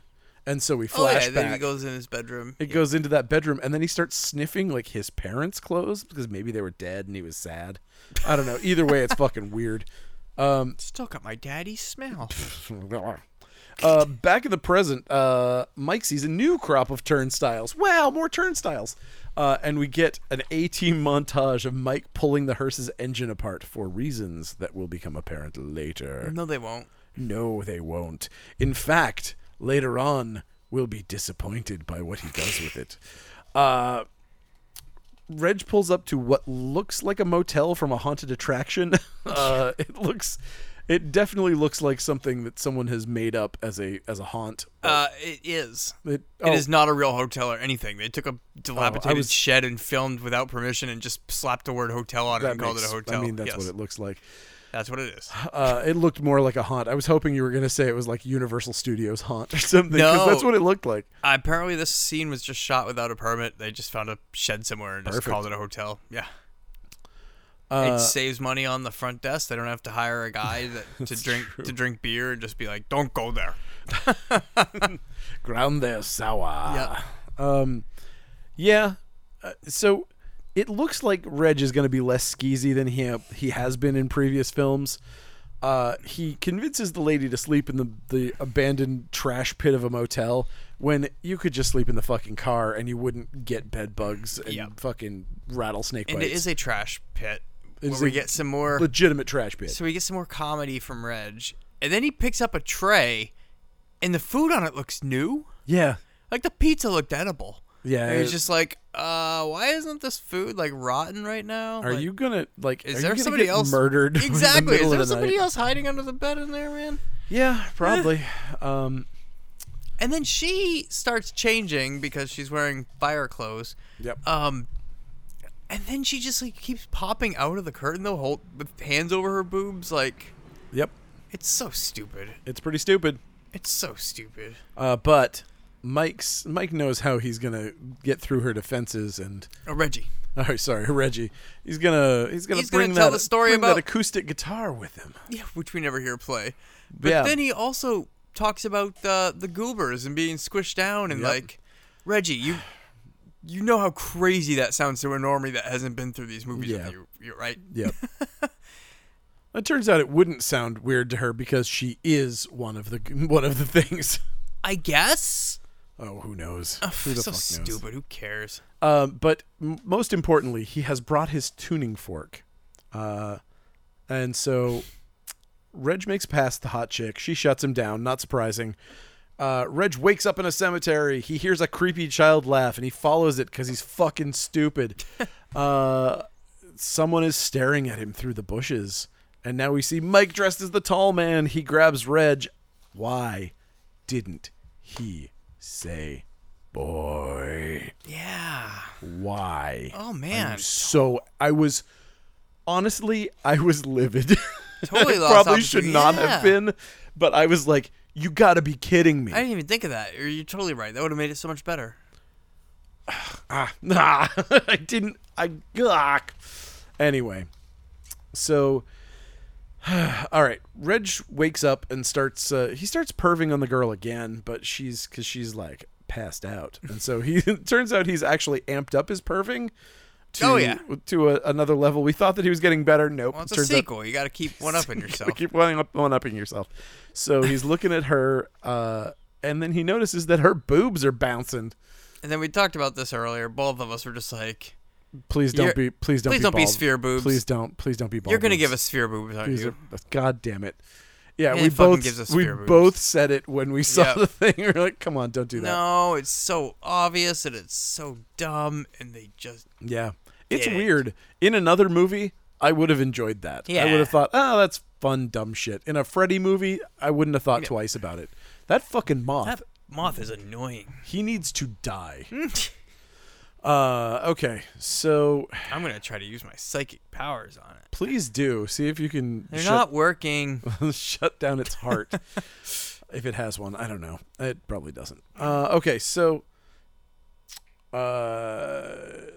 S1: and so we
S2: Oh,
S1: flash
S2: yeah, then he
S1: back.
S2: goes in his bedroom.
S1: It goes into that bedroom, and then he starts sniffing like his parents' clothes because maybe they were dead and he was sad. I don't know. Either way, it's fucking weird. Um,
S2: Still got my daddy's smell.
S1: uh, back in the present, uh, Mike sees a new crop of turnstiles. Wow, more turnstiles! Uh, and we get an A team montage of Mike pulling the hearse's engine apart for reasons that will become apparent later.
S2: no, they won't.
S1: No, they won't. In fact, later on, we'll be disappointed by what he does with it. Uh, Reg pulls up to what looks like a motel from a haunted attraction. uh, it looks It definitely looks like something that someone has made up as a as a haunt.
S2: Uh, it is.
S1: It-
S2: It
S1: oh,
S2: is not a real hotel or anything. They took a dilapidated
S1: was-
S2: shed and filmed without permission and just slapped the word hotel on it
S1: that
S2: and called it a
S1: makes-
S2: hotel.
S1: I mean, that's
S2: yes,
S1: what it looks like.
S2: that's what it is.
S1: Uh, it looked more like a haunt. I was hoping you were going to say it was like Universal Studios haunt or something. 'cause
S2: No.
S1: that's what it looked like.
S2: Apparently, this scene was just shot without a permit. They just found a shed somewhere and just
S1: Perfect.
S2: called it a hotel. Yeah.
S1: Uh,
S2: it saves money on the front desk. They don't have to hire a guy that, to drink to drink beer and just be like, "Don't go there."
S1: ground there sour.
S2: Yeah.
S1: Um, yeah. Uh, so it looks like Reg is going to be less skeezy than he he has been in previous films. Uh, he convinces the lady to sleep in the the abandoned trash pit of a motel when you could just sleep in the fucking car and you wouldn't get bed bugs and
S2: Yep.
S1: fucking rattlesnake
S2: And
S1: bites.
S2: it is a trash pit where
S1: is
S2: we
S1: a
S2: get some more.
S1: legitimate trash pit.
S2: so we get some more comedy from Reg, and then he picks up a tray, and the food on it looks new.
S1: yeah.
S2: Like the pizza looked edible.
S1: Yeah.
S2: And he's
S1: it-
S2: just like, "Uh, why isn't this food like rotten right now?"
S1: are you gonna like?
S2: Is
S1: are you
S2: there
S1: gonna
S2: somebody
S1: get
S2: else
S1: murdered? in the
S2: Exactly.
S1: middle
S2: Is
S1: of
S2: there
S1: the
S2: somebody
S1: night?
S2: else hiding under the bed in there, man?
S1: Yeah, probably.
S2: Eh.
S1: um,
S2: And then she starts changing because she's wearing fire clothes.
S1: yep.
S2: Um, and then she just like keeps popping out of the curtain the whole with hands over her boobs. Like
S1: Yep.
S2: it's so stupid.
S1: It's pretty stupid.
S2: It's so stupid.
S1: Uh, but Mike's Mike knows how he's gonna get through her defenses, and
S2: Oh, Reggie.
S1: oh, sorry, Reggie. He's gonna he's gonna
S2: He's gonna
S1: bring
S2: tell
S1: that
S2: the story
S1: bring
S2: about-
S1: that acoustic guitar with him.
S2: Yeah, which we never hear play. But
S1: Yeah.
S2: then he also talks about uh, the goobers and being squished down and
S1: Yep.
S2: like Reggie, you you know how crazy that sounds to a normie that hasn't been through these movies
S1: Yeah.
S2: with you, you, right?
S1: Yep. it turns out it wouldn't sound weird to her because she is one of the one of the things.
S2: I guess.
S1: Oh, who knows? who the fuck
S2: so
S1: knows?
S2: stupid. Who cares?
S1: Um, but m- most importantly, he has brought his tuning fork. Uh, and so Reg makes past the hot chick. She shuts him down, not surprising. Uh, Reg wakes up in a cemetery. He hears a creepy child laugh and he follows it because he's fucking stupid. uh, someone is staring at him through the bushes. And now we see Mike dressed as the tall man. He grabs Reg. Why didn't he say, boy?
S2: Yeah.
S1: Why?
S2: Oh man.
S1: so I was honestly, I was livid.
S2: Totally
S1: I
S2: lost
S1: probably
S2: opportunity.
S1: should not have
S2: Yeah.
S1: been, but I was like, "You got to be kidding me!"
S2: I didn't even think of that. You're, you're totally right. That would have made it so much better.
S1: ah, nah, I didn't. I gawk. Anyway, so all right. Reg wakes up and starts. Uh, he starts perving on the girl again, but she's because she's like passed out, and so he it turns out he's actually amped up his perving. To,
S2: Oh, yeah.
S1: to a, another level. We thought that he was getting better. Nope.
S2: Well, it's a
S1: turns out
S2: sequel. you got to keep one up in yourself.
S1: Keep one up, one upping yourself. So he's looking at her, uh, and then he notices that her boobs are bouncing.
S2: And then we talked about this earlier. Both of us were just like,
S1: Please don't be.
S2: You're-
S1: Please don't.
S2: please
S1: be
S2: don't be
S1: bald.
S2: sphere boobs.
S1: Please don't. Please don't be bald.
S2: "You're gonna
S1: boobs.
S2: give us sphere boobs, aren't
S1: Please
S2: you?"
S1: don't- uh, God damn it. Yeah,
S2: Yeah,
S1: we
S2: it fucking
S1: both
S2: gives us
S1: we
S2: sphere boobs.
S1: both said it when we saw
S2: Yep.
S1: the thing. We're like, come on, don't do that.
S2: No, it's so obvious and it's so dumb, and they just
S1: Yeah, it's
S2: Did it.
S1: weird. In another movie, I would have enjoyed that. I would
S2: Yeah.
S1: have thought, oh, that's fun, dumb shit. In a Freddy movie, I wouldn't have thought twice about it. That fucking moth.
S2: that Hmm. moth is annoying.
S1: He needs to die. Uh, okay, so
S2: I'm gonna try to use my psychic powers on it.
S1: please do see if you can
S2: They're
S1: shut,
S2: not working.
S1: shut down its heart, if it has one. I don't know. It probably doesn't. Uh, okay, so uh,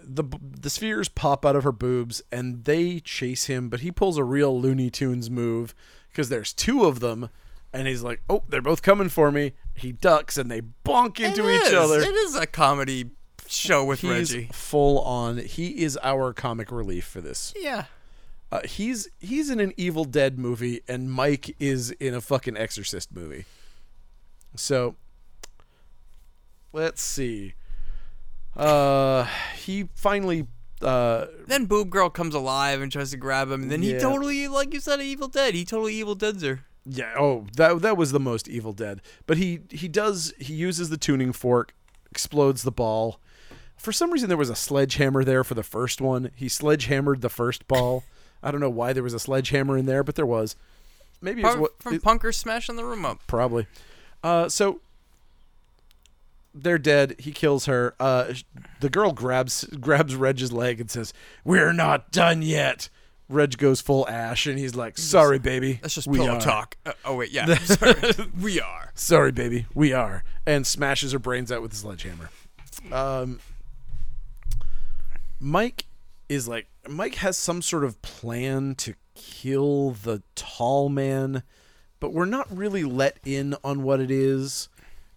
S1: the b- the spheres pop out of her boobs and they chase him, but he pulls a real Looney Tunes move because there's two of them, and he's like, "Oh, they're both coming for me." He ducks and they bonk into
S2: It
S1: each
S2: is.
S1: other.
S2: It is a comedy show with
S1: He's
S2: Reggie.
S1: full on. He is our comic relief for this.
S2: Yeah.
S1: Uh, he's he's in an Evil Dead movie, and Mike is in a fucking Exorcist movie. So let's see. Uh, he finally. Uh,
S2: Then Boob Girl comes alive and tries to grab him, and then
S1: Yeah.
S2: he totally, like you said, Evil Dead. He totally Evil Deads her.
S1: yeah. Oh, that that was the most Evil Dead. But he he does he uses the tuning fork, explodes the ball. For some reason, there was a sledgehammer there for the first one. He sledgehammered the first ball. I don't know why there was a sledgehammer in there, but there was. maybe it's
S2: Punk,
S1: what
S2: from
S1: it-
S2: Punker smashing the room up.
S1: probably. Uh, so they're dead. He kills her. Uh, sh- the girl grabs grabs Reg's leg and says, "We're not done yet." Reg goes full ash, and he's like, "Sorry, baby.
S2: That's just
S1: we
S2: pillow
S1: are.
S2: talk. Uh, oh wait, yeah. I'm sorry. we are.
S1: Sorry, baby. We are." And smashes her brains out with a sledgehammer. Um, Mike is like Mike has some sort of plan to kill the tall man, but we're not really let in on what it is.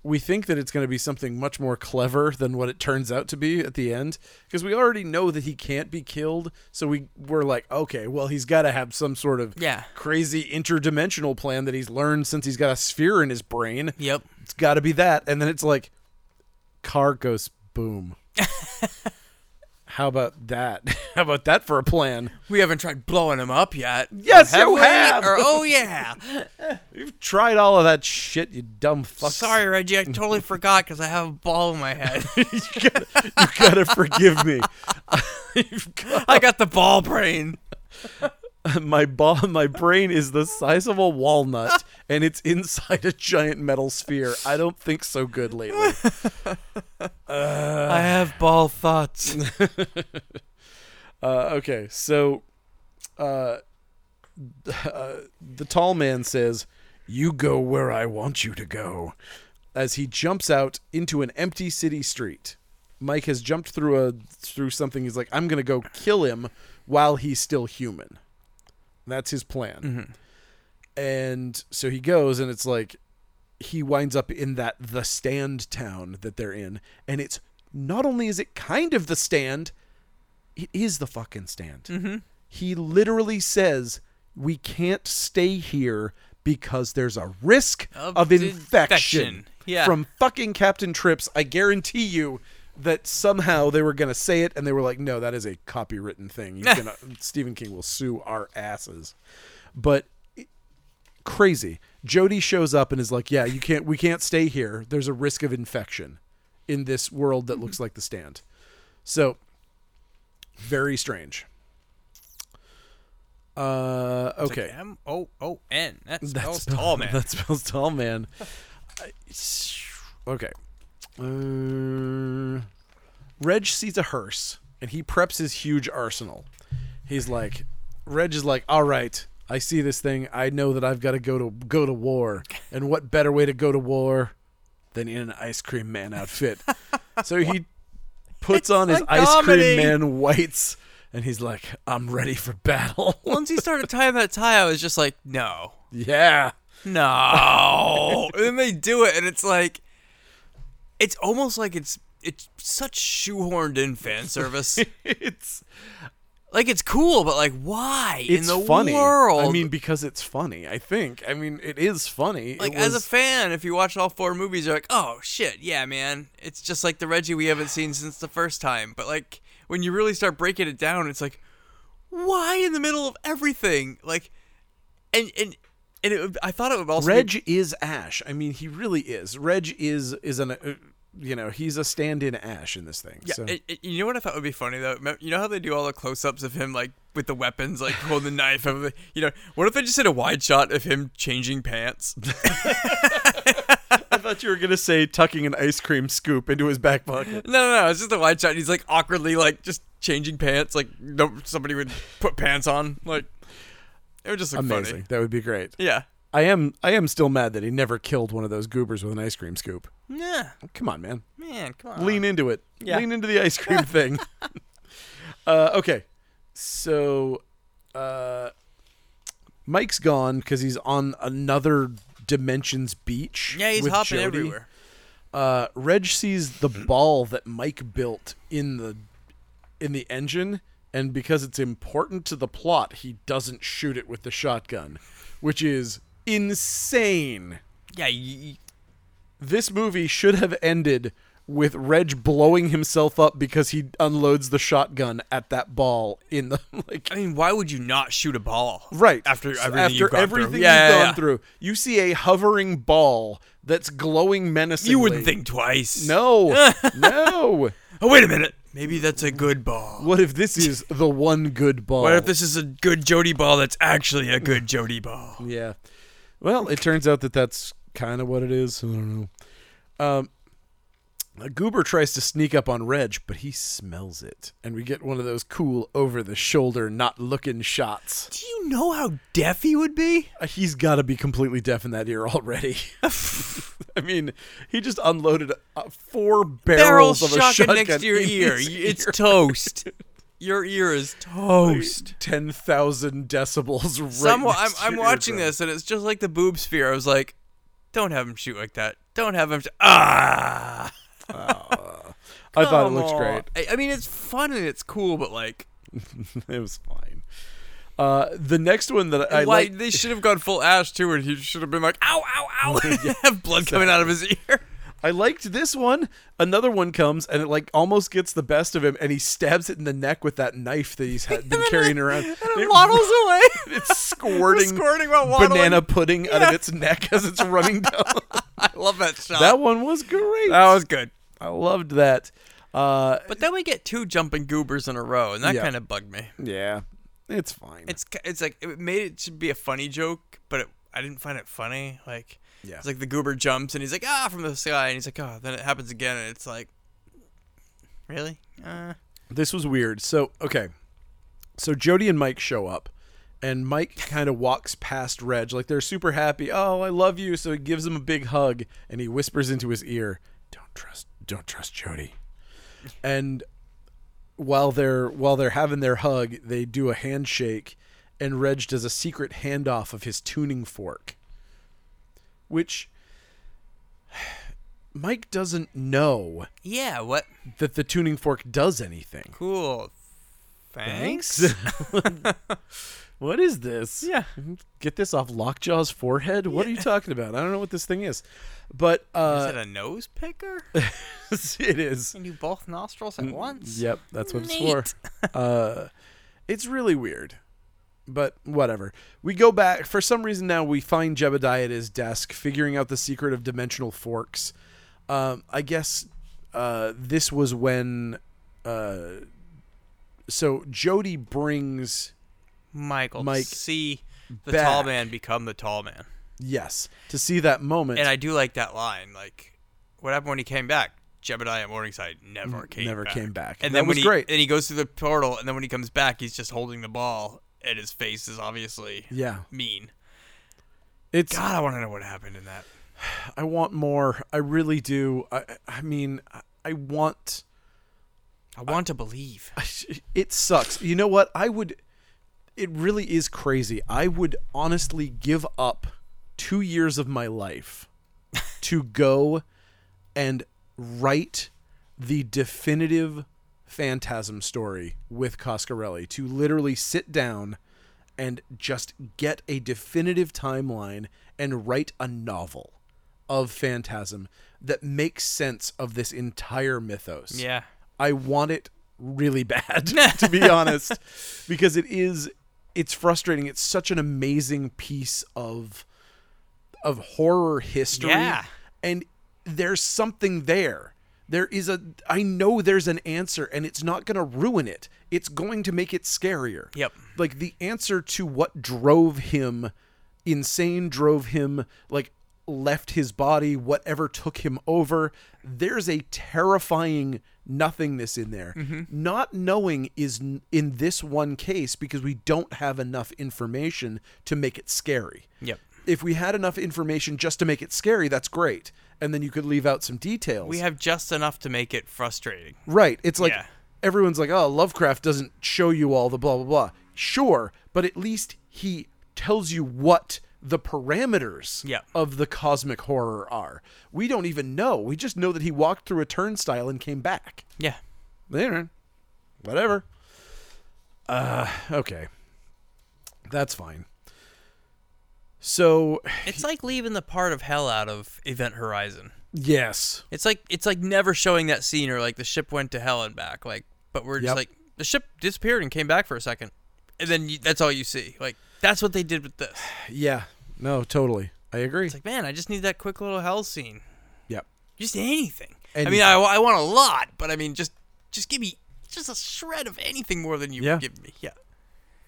S1: We think that it's going to be something much more clever than what it turns out to be at the end because we already know that he can't be killed, so we we're like, okay, well he's got to have some sort of
S2: Yeah.
S1: crazy interdimensional plan that he's learned since he's got a sphere in his brain.
S2: Yep.
S1: It's got to be that. And then it's like, car goes boom. How about that? How about that for a plan?
S2: We haven't tried blowing him up yet.
S1: Yes,
S2: Have
S1: you
S2: we?
S1: have.
S2: Or, oh yeah.
S1: You've tried all of that shit, you dumb fuck.
S2: Sorry, Reggie. I totally forgot because I have a ball in my head.
S1: you, gotta, you gotta forgive me. You've got-
S2: I got the ball brain.
S1: my ball, my brain is the size of a walnut, and it's inside a giant metal sphere. I don't think so good lately.
S2: I have ball thoughts.
S1: Uh, okay, so uh, uh, the tall man says, You go where I want you to go, as he jumps out into an empty city street. Mike has jumped through a through something. He's like, I'm gonna go kill him while he's still human. That's his plan. And so he goes, and it's like he winds up in that the stand town that they're in, and it's not only is it kind of the stand, it is the fucking stand.
S2: Mm-hmm.
S1: He literally says, "We can't stay here because there's a risk
S2: Of
S1: of,
S2: infection.
S1: infection,
S2: Yeah.
S1: from fucking Captain Trips." I guarantee you that somehow they were gonna say it, and they were like, "No, that is a copywritten thing. You can, Stephen King will sue our asses." But crazy. Jody shows up and is like, "Yeah, you can't. We can't stay here. There's a risk of infection in this world that looks like the stand." So, very strange. Uh, okay.
S2: M O O N. That
S1: That
S2: spells
S1: spell-
S2: tall man.
S1: That spells tall man. I- okay. Uh, Reg sees a hearse and he preps his huge arsenal. He's like, Reg is like, all right, I see this thing. I know that I've got to go to go to war, and what better way to go to war than in an ice cream man outfit? so he puts on his
S2: a
S1: ice
S2: comedy.
S1: cream man whites, and he's like, I'm ready for battle.
S2: Once he started tying that tie, I was just like, no,
S1: yeah.
S2: no. and then they do it, and it's like, it's almost like it's it's such shoehorned in fan service.
S1: It's
S2: like it's cool, but like why
S1: it's
S2: in the
S1: funny.
S2: world?
S1: I mean, because it's funny. I think. I mean, it is funny.
S2: like
S1: it
S2: as a
S1: was-
S2: fan, if you watch all four movies, you're like, oh shit, yeah, man. It's just like the Reggie we haven't seen since the first time. But like when you really start breaking it down, it's like, why in the middle of everything? Like, and and and it, would- I thought it would also be-
S1: Reg is Ash. I mean, he really is. Reg is is an uh, you know he's a stand-in Ash in this thing.
S2: Yeah,
S1: so.
S2: it- it- you know what I thought would be funny though. Me- You know how they do all the close-ups of him like with the weapons, like holding the knife. and the- You know, what if they just did a wide shot of him changing pants?
S1: I thought you were gonna say tucking an ice cream scoop into his back pocket.
S2: No, no, no. It's just a wide shot. And he's like awkwardly, like just changing pants. Like no, somebody would put pants on. Like it would just look
S1: Amazing.
S2: funny.
S1: That would be great.
S2: Yeah.
S1: I am I am still mad that he never killed one of those goobers with an ice cream scoop.
S2: Yeah,
S1: Come on, man.
S2: man, come on.
S1: Lean into it.
S2: Yeah.
S1: Lean into the ice cream thing. uh, okay. So uh, Mike's gone because he's on another dimension's beach.
S2: Yeah, he's
S1: with
S2: hopping
S1: Jody.
S2: everywhere.
S1: Uh, Reg sees the ball that Mike built in the in the engine, and because it's important to the plot, he doesn't shoot it with the shotgun, which is insane
S2: Yeah, y-
S1: this movie should have ended with Reg blowing himself up because he unloads the shotgun at that ball in the like
S2: I mean, why would you not shoot a ball?
S1: right
S2: after
S1: So
S2: everything you've
S1: after
S2: gone
S1: everything
S2: through.
S1: you've
S2: yeah, yeah,
S1: gone
S2: yeah.
S1: through. You see a hovering ball that's glowing menacingly.
S2: You wouldn't think twice.
S1: no, no.
S2: Oh wait a minute. Maybe that's a good ball.
S1: What if this is the one good ball?
S2: What if this is a good Jody ball that's actually a good Jody ball?
S1: Yeah. Well, it turns out that that's kind of what it is. I don't know. Um, a goober tries to sneak up on Reg, but he smells it, and we get one of those cool over-the-shoulder, not-looking shots.
S2: Do you know how deaf he would be?
S1: Uh, He's got to be completely deaf in that ear already. I mean, he just unloaded uh, four
S2: Barrel
S1: barrels of a
S2: shotgun,
S1: shotgun
S2: next to your
S1: in
S2: ear.
S1: his
S2: You- It's
S1: ear.
S2: toast. Your ear is toast.
S1: ten thousand decibels. Right
S2: Some, I'm,
S1: next to
S2: I'm
S1: your
S2: watching
S1: eardrum.
S2: this and it's just like the boob sphere. I was like, don't have him shoot like that. Don't have him. Sh- ah.
S1: I thought it
S2: Come
S1: looked
S2: on.
S1: great.
S2: I, I mean, it's fun and it's cool, but like,
S1: it was fine. Uh, the next one that I
S2: why
S1: like,
S2: they should have gone full ash too, and he should have been like, ow, ow, ow, and have blood coming out of his ear.
S1: I liked this one. Another one comes and it like almost gets the best of him, and he stabs it in the neck with that knife that he's had, been carrying around.
S2: And it
S1: It-
S2: waddles away.
S1: it's squirting,
S2: squirting while waddling.
S1: banana pudding out of its neck as it's running down.
S2: I love that shot.
S1: that one was great.
S2: That was good.
S1: I loved that. Uh,
S2: But then we get two jumping goobers in a row, and that
S1: Yeah.
S2: kind of bugged me.
S1: yeah, it's fine.
S2: It's ki- it's like it made it should be a funny joke, but it, I didn't find it funny. Like
S1: Yeah.
S2: it's like the goober jumps and he's like ah from the sky, and he's like oh. Then it happens again, and it's like really. Uh,
S1: this was weird. So okay, so Jody and Mike show up, and Mike kind of walks past Reg like they're super happy. Oh, I love you. So he gives him a big hug, and he whispers into his ear, "Don't trust, don't trust Jody." And while they're while they're having their hug, they do a handshake, and Reg does a secret handoff of his tuning fork, which. Mike doesn't know
S2: yeah. What?
S1: that the tuning fork does anything.
S2: Cool. Thanks.
S1: what is this?
S2: Yeah.
S1: Get this off Lockjaw's forehead? What are you talking about? I don't know what this thing is. But uh
S2: Is it a nose picker?
S1: it is.
S2: Can you both nostrils at
S1: Mm,
S2: once?
S1: Yep, that's what it's for. Uh it's really weird. But whatever. We go back for some reason now we find Jebediah at his desk figuring out the secret of dimensional forks. Um I guess uh this was when uh so Jody brings
S2: Michael,
S1: Mike,
S2: see the
S1: back.
S2: tall man become the tall man.
S1: yes to see that moment
S2: And I do like that line. Like, what happened when he came back? Jebediah Morningside never came
S1: never
S2: back.
S1: came back.
S2: And
S1: That
S2: then when
S1: was
S2: he,
S1: great.
S2: And he goes through the portal, and then when he comes back, he's just holding the ball, and his face is obviously
S1: Yeah.
S2: mean.
S1: It's
S2: God, I want to know what happened in that.
S1: I want more. I really do. I I mean I- I want
S2: I want to believe.
S1: it sucks. You know what? I would it really is crazy. I would honestly give up 2 years of my life to go and write the definitive phantasm story with Coscarelli to literally sit down and just get a definitive timeline and write a novel of phantasm that makes sense of this entire mythos.
S2: Yeah.
S1: I want it really bad, to be honest, because it is it's frustrating. It's such an amazing piece of of horror history.
S2: Yeah.
S1: And there's something there. There is a I know there's an answer and it's not going to ruin it. It's going to make it scarier.
S2: Yep.
S1: Like the answer to what drove him insane drove him like left his body whatever took him over there's a terrifying nothingness in there
S2: Mm-hmm.
S1: not knowing is n- in this one case because we don't have enough information to make it scary
S2: Yep.
S1: if we had enough information just to make it scary that's great and then you could leave out some details
S2: We have just enough to make it frustrating.
S1: Right. It's like
S2: Yeah.
S1: everyone's like, oh, Lovecraft doesn't show you all the blah, blah, blah. Sure, but at least he tells you what the parameters
S2: Yeah.
S1: of the cosmic horror are. We don't even know. We just know that he walked through a turnstile and came back.
S2: Yeah.
S1: There. Whatever. Uh, okay. That's fine. So,
S2: It's like leaving the part of hell out of Event Horizon.
S1: yes.
S2: It's like it's like never showing that scene or like the ship went to hell and back. Like, but we're
S1: Yep.
S2: just like the ship disappeared and came back for a second, and then you, that's all you see. Like that's what they did with this.
S1: Yeah. No, totally. I agree.
S2: It's like man, I just need that quick little hell scene.
S1: yep.
S2: Just anything. I
S1: Anything.
S2: mean, I, I want a lot, but I mean, just Just give me just a shred of anything more than you
S1: Yeah.
S2: have give me. Yeah.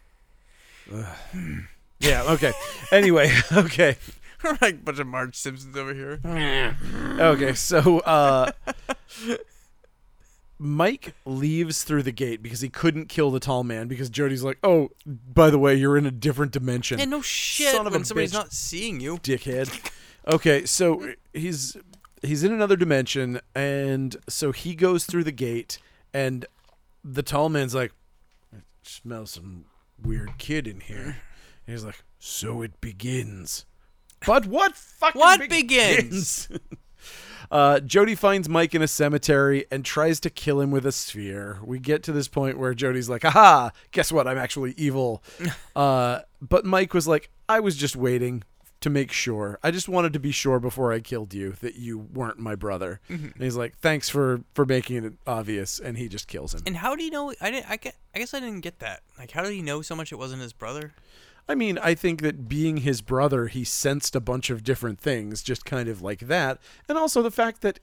S1: Yeah. Okay. anyway. Okay.
S2: We're like a bunch of Marge Simpsons over here.
S1: Okay. So, uh, Mike leaves through the gate because he couldn't kill the tall man because Jody's like, "Oh, by the way, you're in a different dimension."
S2: Yeah, no shit.
S1: Son of a
S2: when somebody's
S1: bitch.
S2: not seeing you.
S1: dickhead. Okay, so he's he's in another dimension, and so he goes through the gate, and the tall man's like, "I smell some weird kid in here," and he's like, "So it begins." But what fucking
S2: What
S1: begins? Uh, Jody finds Mike in a cemetery and tries to kill him with a sphere. We get to this point where Jody's like, "Aha! Guess what? I'm actually evil." uh, but Mike was like, "I was just waiting to make sure. I just wanted to be sure before I killed you that you weren't my brother." And he's like, "Thanks for for making it obvious." And he just kills him.
S2: And how do you know? I didn't. I, get, I guess I didn't get that. Like, how did he know so much it wasn't his brother?
S1: I mean, I think that being his brother, he sensed a bunch of different things, just kind of like that, and also the fact that,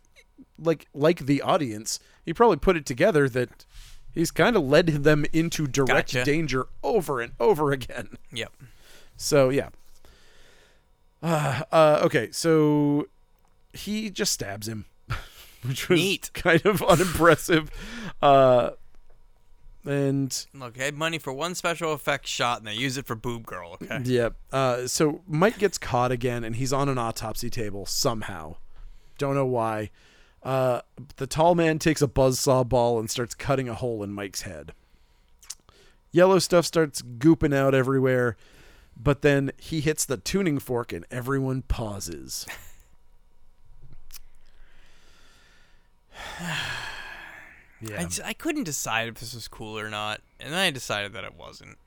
S1: like, like the audience, he probably put it together that he's kind of led them into direct
S2: Gotcha.
S1: danger over and over again.
S2: Yep.
S1: So yeah. Uh, uh, okay, so he just stabs him, which was
S2: Neat.
S1: kind of unimpressive, uh, and.
S2: Look, I had money for one special effects shot, and they use it for Boob Girl. Okay.
S1: Yep. Uh, so Mike gets caught again, and he's on an autopsy table somehow. Don't know why. Uh, the tall man takes a buzzsaw ball and starts cutting a hole in Mike's head. Yellow stuff starts gooping out everywhere, but then he hits the tuning fork and everyone pauses.
S2: I,
S1: yeah.
S2: just, I couldn't decide if this was cool or not, and then I decided that it wasn't.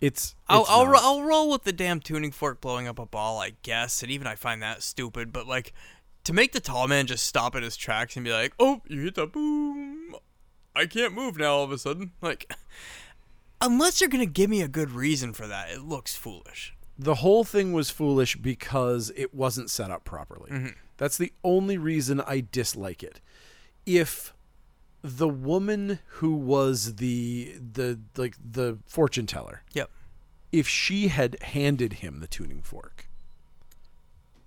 S1: It's,
S2: I'll
S1: it's
S2: I'll,
S1: not.
S2: ro- I'll roll with the damn tuning fork blowing up a ball, I guess, and even I find that stupid. But like, to make the tall man just stop at his tracks and be like, "Oh, you hit the boom! I can't move now." All of a sudden, like, unless you're gonna give me a good reason for that, it looks foolish.
S1: the whole thing was foolish because it wasn't set up properly. That's the only reason I dislike it. If the woman who was the the like the fortune teller,
S2: Yep.
S1: if she had handed him the tuning fork,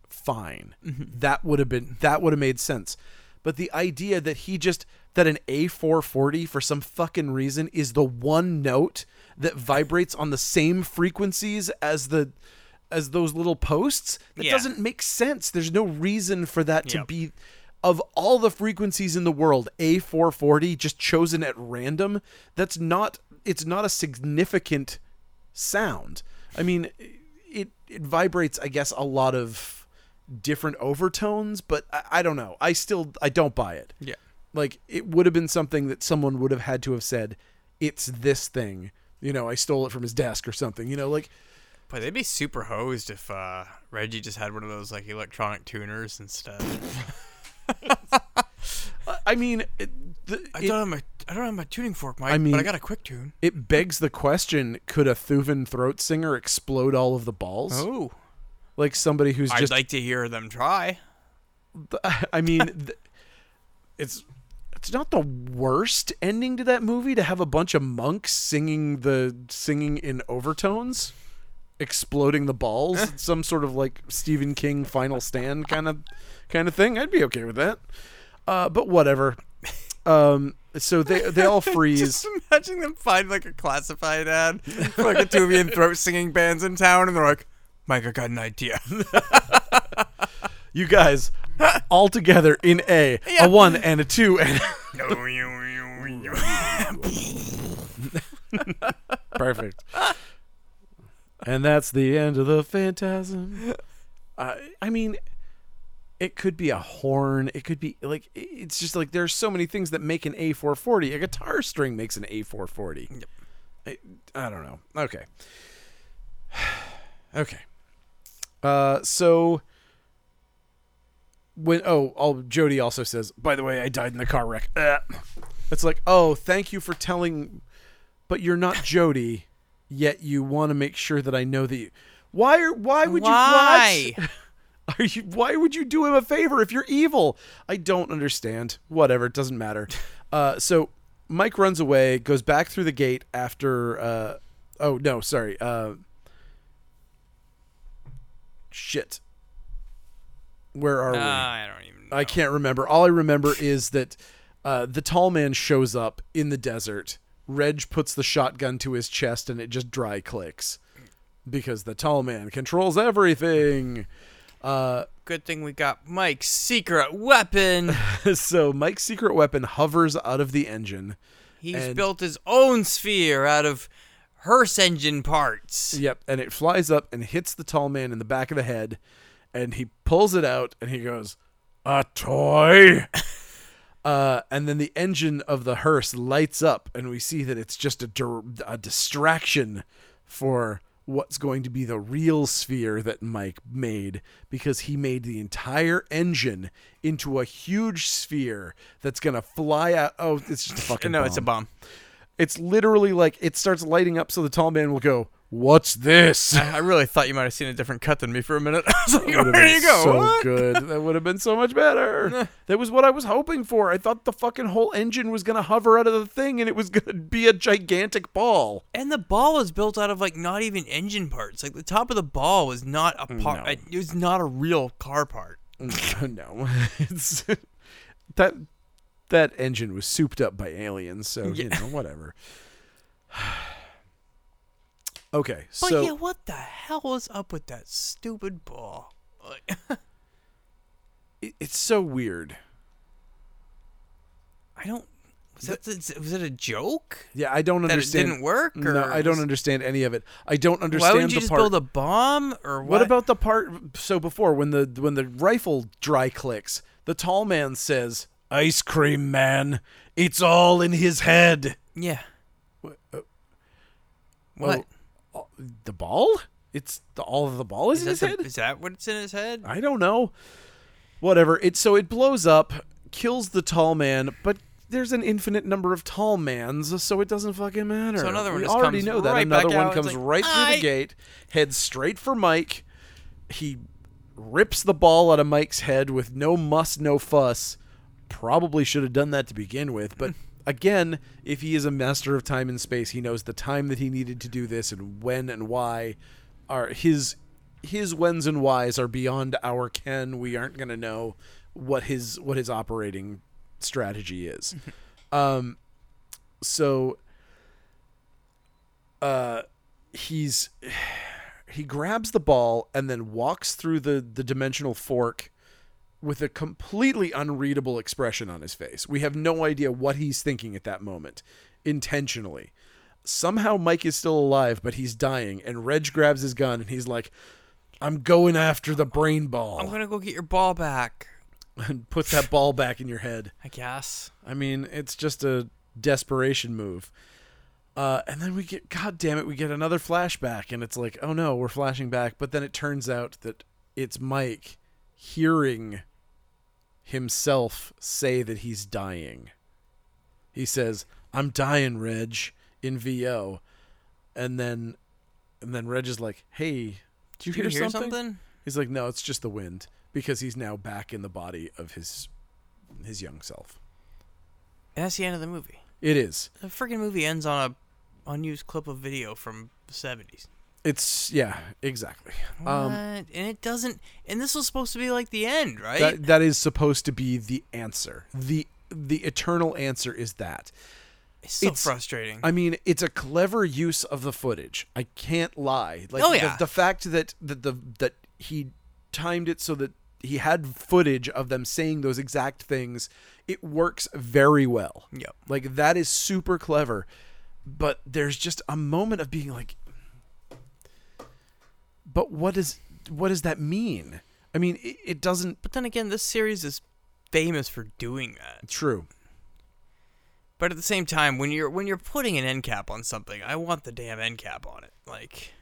S1: fine.
S2: Mm-hmm.
S1: That would have been that would have made sense. But the idea that he just that an A440 for some fucking reason is the one note that vibrates on the same frequencies as the as those little posts that
S2: Yeah.
S1: doesn't make sense. There's no reason for that to
S2: Yep.
S1: be of all the frequencies in the world, A440 just chosen at random, that's not it's not a significant sound. I mean, it it vibrates, I guess, a lot of different overtones, but I, I don't know. I still I don't buy it.
S2: Yeah.
S1: Like it would have been something that someone would have had to have said, "It's this thing." You know, I stole it from his desk or something. You know, like
S2: But they'd be super hosed if uh, Reggie just had one of those like electronic tuners instead.
S1: I- I mean, it, the,
S2: I
S1: it,
S2: don't have my I don't have my tuning fork, Mike.
S1: mean-
S2: but I got a quick tune.
S1: it begs the question: Could a Thuvan throat singer explode all of the balls?
S2: Oh,
S1: Like somebody who's
S2: I'd
S1: just
S2: like to hear them try.
S1: I mean, th- it's it's not the worst ending to that movie to have a bunch of monks singing the singing in overtones, exploding the balls, some sort of like Stephen King Final Stand kind of kind of thing. I'd be okay with that. Uh, but whatever. Um, so they they all freeze.
S2: Just imagine them find like a classified ad, for, like a Tubian throat singing bands in town, and they're like, "Mike, I got an idea."
S1: You guys all together in A,
S2: Yeah.
S1: a one and a two and Perfect. and that's the end of the phantasm. Uh, I mean, it could be a horn. It could be like i- it's just like there's so many things that make an A440. A guitar string makes an A440. I, I don't know. Okay. okay. Uh, so when oh, all, Jody also says, "By the way, I died in the car wreck." Ah. It's like, "Oh, thank you for telling but you're not Jody, yet you want to make sure that I know that you. Why are why would you
S2: Why?
S1: what? Are you why would you do him a favor if you're evil? I don't understand. Whatever, it doesn't matter. Uh, so Mike runs away, goes back through the gate after. Uh, oh no, sorry. Uh, shit. Where are
S2: Uh,
S1: we?
S2: I don't even. Know.
S1: I can't remember. All I remember is that uh, the tall man shows up in the desert. Reg puts the shotgun to his chest and it just dry clicks because the tall man controls everything.
S2: Good thing we got Mike's secret weapon.
S1: so Mike's secret weapon hovers out of the engine.
S2: He's
S1: And-
S2: built his own sphere out of hearse engine parts.
S1: Yep, and it flies up and hits the tall man in the back of the head, and he pulls it out and he goes, "A toy." Uh, and then the engine of the hearse lights up, and we see that it's just a, dir- a distraction for what's going to be the real sphere that Mike made because he made the entire engine into a huge sphere that's going to fly out. Oh, it's just a fucking.
S2: No, it's a bomb.
S1: It's literally like it starts lighting up, so the tall man will go, "What's this?"
S2: I I really thought you might have seen a different cut than me for a minute. I was like,
S1: Would've
S2: where do
S1: been
S2: you go?
S1: So
S2: What?
S1: good. That would have been so much better. that was what I was hoping for. I thought the fucking whole engine was gonna hover out of the thing, and it was gonna be a gigantic ball.
S2: And the ball was built out of like not even engine parts. Like the top of the ball was not a part.
S1: No.
S2: It was not a real car part.
S1: no, it's that that engine was souped up by aliens. So you know, whatever. okay,
S2: But
S1: so
S2: yeah, what the hell was up with that stupid ball? Like,
S1: it- it's so weird.
S2: I don't. Was that the, was it a joke?
S1: Yeah, I don't
S2: That it
S1: understand.
S2: didn't work,
S1: No,
S2: or
S1: I don't
S2: was-
S1: understand any of it. I don't
S2: Why
S1: understand.
S2: wouldn't you
S1: the
S2: just
S1: part.
S2: build a bomb or what?
S1: What about the part so before when the when the rifle dry clicks, the tall man says, "Ice cream man, it's all in his head."
S2: Yeah.
S1: Well,
S2: What?
S1: all- the ball? It's the, all of the ball is, in his
S2: that
S1: head.
S2: the- is that what's in his head?
S1: I don't know. Whatever. It so it blows up, kills the tall man, but there's an infinite number of tall mans, so it doesn't fucking matter.
S2: So another one
S1: we
S2: just
S1: already
S2: comes
S1: know that
S2: right back
S1: another one
S2: out, it's
S1: comes
S2: like,
S1: right through
S2: "I-"
S1: the gate, heads straight for Mike. He rips the ball out of Mike's head with no muss, no fuss. Probably should have done that to begin with, but again, if he is a master of time and space, he knows the time that he needed to do this and when and why are his his whens and whys are beyond our ken. We aren't going to know what his what his operating strategy is. um so uh he's he grabs the ball and then walks through the the dimensional fork with a completely unreadable expression on his face. We have no idea what he's thinking at that moment, intentionally. Somehow Mike is still alive, but he's dying, and Reg grabs his gun and he's like, I'm going after the brain
S2: I'm
S1: ball
S2: gonna go get your ball back.
S1: and puts that ball back in your head.
S2: I guess.
S1: I mean, it's just a desperation move. Uh, and then we get, god damn it, we get another flashback, and it's like, oh no, we're flashing back. But then it turns out that it's Mike hearing himself say that he's dying. He says, "I'm dying, Reg," in VO, and then, and then Reg is like, "Hey, did you,
S2: Did you
S1: hear,
S2: hear
S1: something?"
S2: something?
S1: He's like, "No, it's just the wind," because he's now back in the body of his his young self.
S2: And that's the end of the movie.
S1: It is.
S2: The freaking movie ends on a unused clip of video from the 70s.
S1: It's yeah, exactly. Um,
S2: What? and it doesn't. And this was supposed to be like the end, right?
S1: that that is supposed to be the answer. the The eternal answer is that.
S2: it's so
S1: it's-
S2: frustrating.
S1: I mean, it's a clever use of the footage. I can't lie. Like
S2: Oh,
S1: the-
S2: yeah.
S1: the, fact that that the that he timed it so that he had footage of them saying those exact things. It works very well.
S2: Yep.
S1: Like that is super clever. But there's just a moment of being like But what does what does that mean? I mean, it, it doesn't
S2: but then again, this series is famous for doing that.
S1: true.
S2: But at the same time, when you're when you're putting an end cap on something, I want the damn end cap on it. Like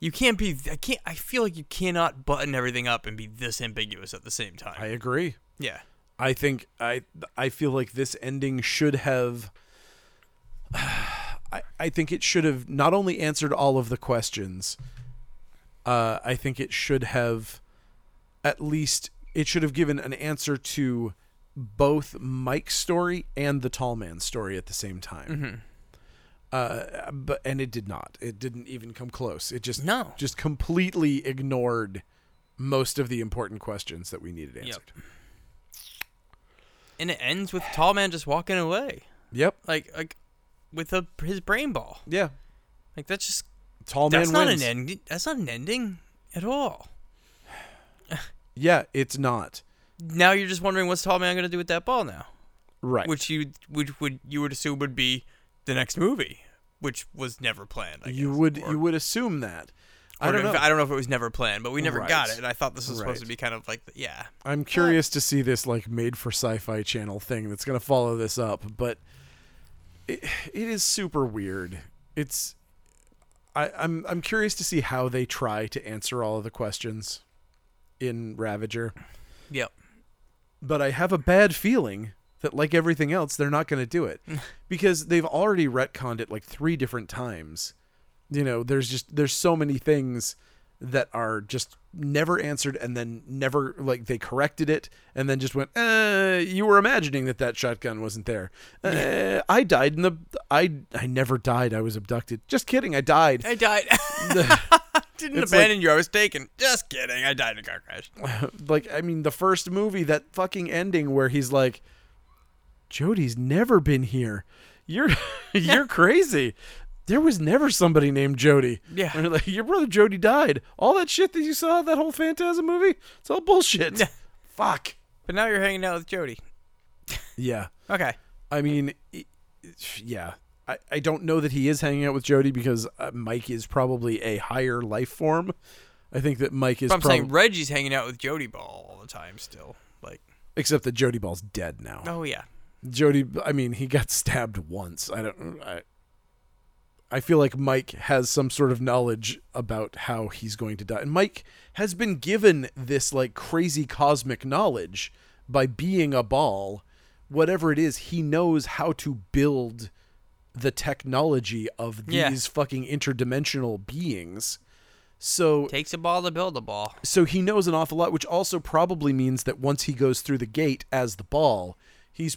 S2: you can't be I can't I feel like you cannot button everything up and be this ambiguous at the same time.
S1: I agree.
S2: yeah.
S1: I think I I feel like this ending should have I, I think it should have not only answered all of the questions, uh, I think it should have at least it should have given an answer to both Mike's story and the Tall Man's story at the same time. Uh, but and it did not. It didn't even come close. It just
S2: No.
S1: just completely ignored most of the important questions that we needed answered.
S2: And it ends with Tall Man just walking away,
S1: Yep.
S2: like like with a, his brain ball.
S1: Yeah.
S2: Like that's just
S1: Tall
S2: that's
S1: man
S2: not
S1: wins.
S2: an end. That's not an ending at all.
S1: Yeah, it's not.
S2: Now you're just wondering what's Tall Man gonna do with that ball now,
S1: Right.
S2: which you which would you would assume would be the next movie, which was never planned. I
S1: you
S2: guess.
S1: would
S2: Or-
S1: you would assume that. I
S2: or
S1: don't
S2: if-
S1: know.
S2: I don't know if it was never planned, but we never
S1: Right.
S2: got it. And I thought this was supposed
S1: Right.
S2: to be kind of like, the, yeah,
S1: I'm curious to see this like made for sci-fi channel thing that's going to follow this up, but it, it is super weird. It's I, I'm I'm curious to see how they try to answer all of the questions in Ravager,
S2: yep,
S1: but I have a bad feeling that like everything else, they're not going to do it because they've already retconned it like three different times. You know, there's just there's so many things that are just never answered and then never like they corrected it and then just went uh you were imagining that that shotgun wasn't there uh, i died in the i i never died i was abducted just kidding i died
S2: I died. Didn't
S1: It's like-
S2: abandon you. I was taken. Just kidding. I died in a car crash.
S1: like I mean the first movie that fucking ending where he's like Jody's never been here. You're you're crazy. There was never somebody named Jody.
S2: Yeah.
S1: And they're like, your brother Jody died. All that shit that you saw that whole Phantasm movie, it's all bullshit.
S2: Yeah.
S1: Fuck.
S2: But now you're hanging out with Jody.
S1: Yeah.
S2: Okay.
S1: I mean, i- yeah. I, I don't know that he is hanging out with Jody because uh, Mike is probably a higher life form. I think that Mike is
S2: But I'm
S1: probably
S2: saying Reggie's hanging out with Jody Ball all the time still. Like,
S1: except that Jody Ball's dead now.
S2: oh yeah.
S1: Jody, I mean, he got stabbed once. I don't. I, I feel like Mike has some sort of knowledge about how he's going to die, and Mike has been given this like crazy cosmic knowledge by being a ball. Whatever it is, he knows how to build the technology of these
S2: Yeah.
S1: fucking interdimensional beings. So
S2: Takes a ball to build a ball.
S1: so he knows an awful lot, which also probably means that once he goes through the gate as the ball, he's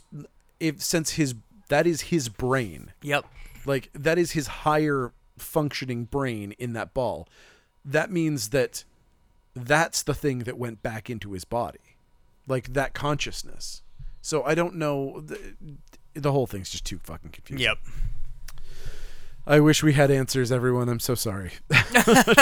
S1: if since his that is his brain,
S2: Yep.
S1: like that is his higher functioning brain in that ball. That means that that's the thing that went back into his body, like that consciousness. So I don't know. The, the whole thing's just too fucking confusing.
S2: Yep.
S1: I wish we had answers, everyone. I'm so sorry.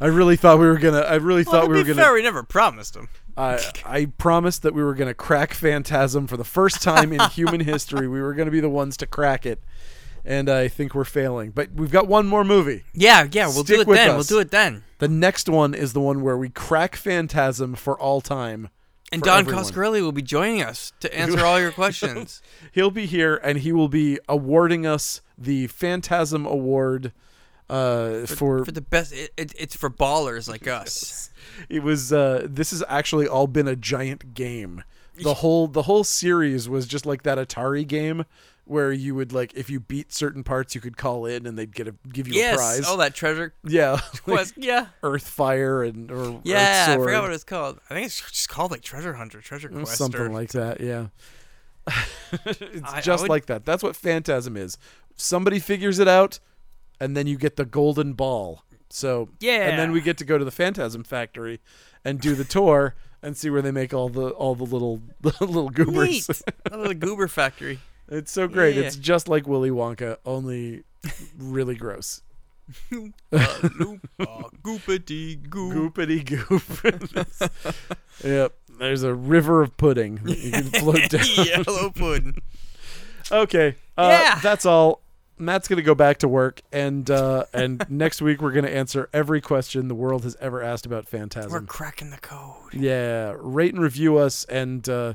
S1: I really thought we were gonna. I really
S2: Well,
S1: thought
S2: to
S1: we were
S2: be
S1: gonna.
S2: fair, we never promised him.
S1: I, I promised that we were going to crack Phantasm for the first time in human history. We were going to be the ones to crack it. And I think we're failing. But we've got one more movie.
S2: Yeah, yeah. We'll
S1: Stick
S2: do it
S1: with
S2: then.
S1: us.
S2: We'll do it then.
S1: The next one is the one where we crack Phantasm for all time.
S2: And
S1: for
S2: Don
S1: everyone.
S2: Coscarelli will be joining us to answer all your questions.
S1: He'll be here and he will be awarding us the Phantasm Award uh, for,
S2: for the best, it, it, it's for ballers like us.
S1: it was uh this has actually all been a giant game the whole the whole series was just like that atari game where you would like if you beat certain parts you could call in and they'd get a give you a
S2: Yes.
S1: prize
S2: Oh, that treasure
S1: yeah like
S2: quest. yeah.
S1: earthfire and or
S2: Yeah, I
S1: Earthsword,
S2: forgot what it's called. I think it's just called like Treasure Hunter, Treasure Quest,
S1: something
S2: or
S1: like that yeah it's
S2: I- I
S1: just
S2: would-
S1: like that that's what phantasm is somebody figures it out and then you get the golden ball so and then
S2: Yeah.
S1: we get to go to the phantasm factory and do the tour and see where they make all the all the little the little
S2: Neat.
S1: goobers
S2: That little goober factory.
S1: it's so great
S2: Yeah.
S1: it's just like willy wonka only really gross
S2: Goopity goop.
S1: goopity goop yep there's a river of pudding that you can float down
S2: Yellow pudding.
S1: Okay. Uh,
S2: Yeah.
S1: That's all. Matt's gonna go back to work, and uh, and next week we're gonna answer every question the world has ever asked about
S2: We're
S1: Phantasm.
S2: cracking the code.
S1: Yeah. Rate and review us, and uh,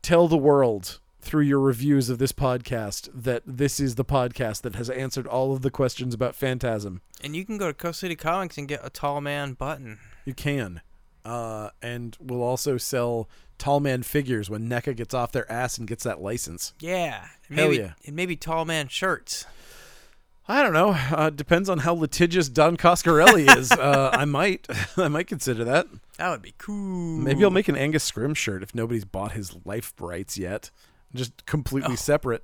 S1: tell the world through your reviews of this podcast that this is the podcast that has answered all of the questions about Phantasm.
S2: And you can go to Coast City Comics and get a tall man button.
S1: You can. Uh, and we'll also sell tall man figures when NECA gets off their ass and gets that license.
S2: Yeah. And
S1: Hell
S2: maybe,
S1: yeah.
S2: And maybe tall man shirts.
S1: I don't know. Uh, depends on how litigious Don Coscarelli is. Uh, I might, I might consider that.
S2: That would be cool.
S1: Maybe I'll make an Angus Scrim shirt if nobody's bought his life rights yet. Just completely separate.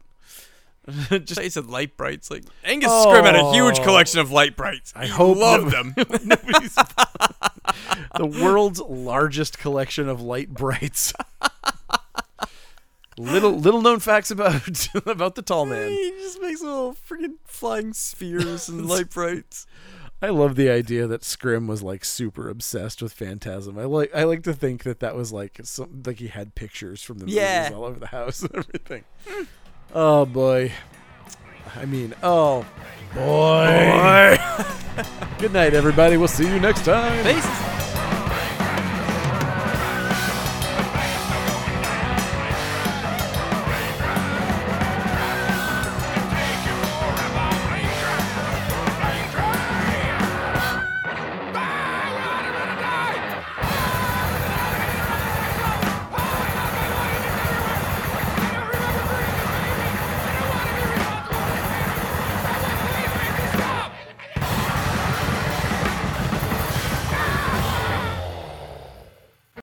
S2: just you said light brights. Like Angus Scrim had a huge
S1: Oh.
S2: collection of light brights.
S1: I hope
S2: love
S1: no-
S2: them.
S1: Nobody's- the world's largest collection of light brights. little little known facts about about the tall man.
S2: he just makes little freaking flying spheres and light brights.
S1: I love the idea that Scrim was like super obsessed with Phantasm. I like I like to think that that was like some, like he had pictures from the
S2: Yeah.
S1: movies all over the house and everything. oh boy. I mean, oh boy. Good night everybody. We'll see you next time.
S2: Faces.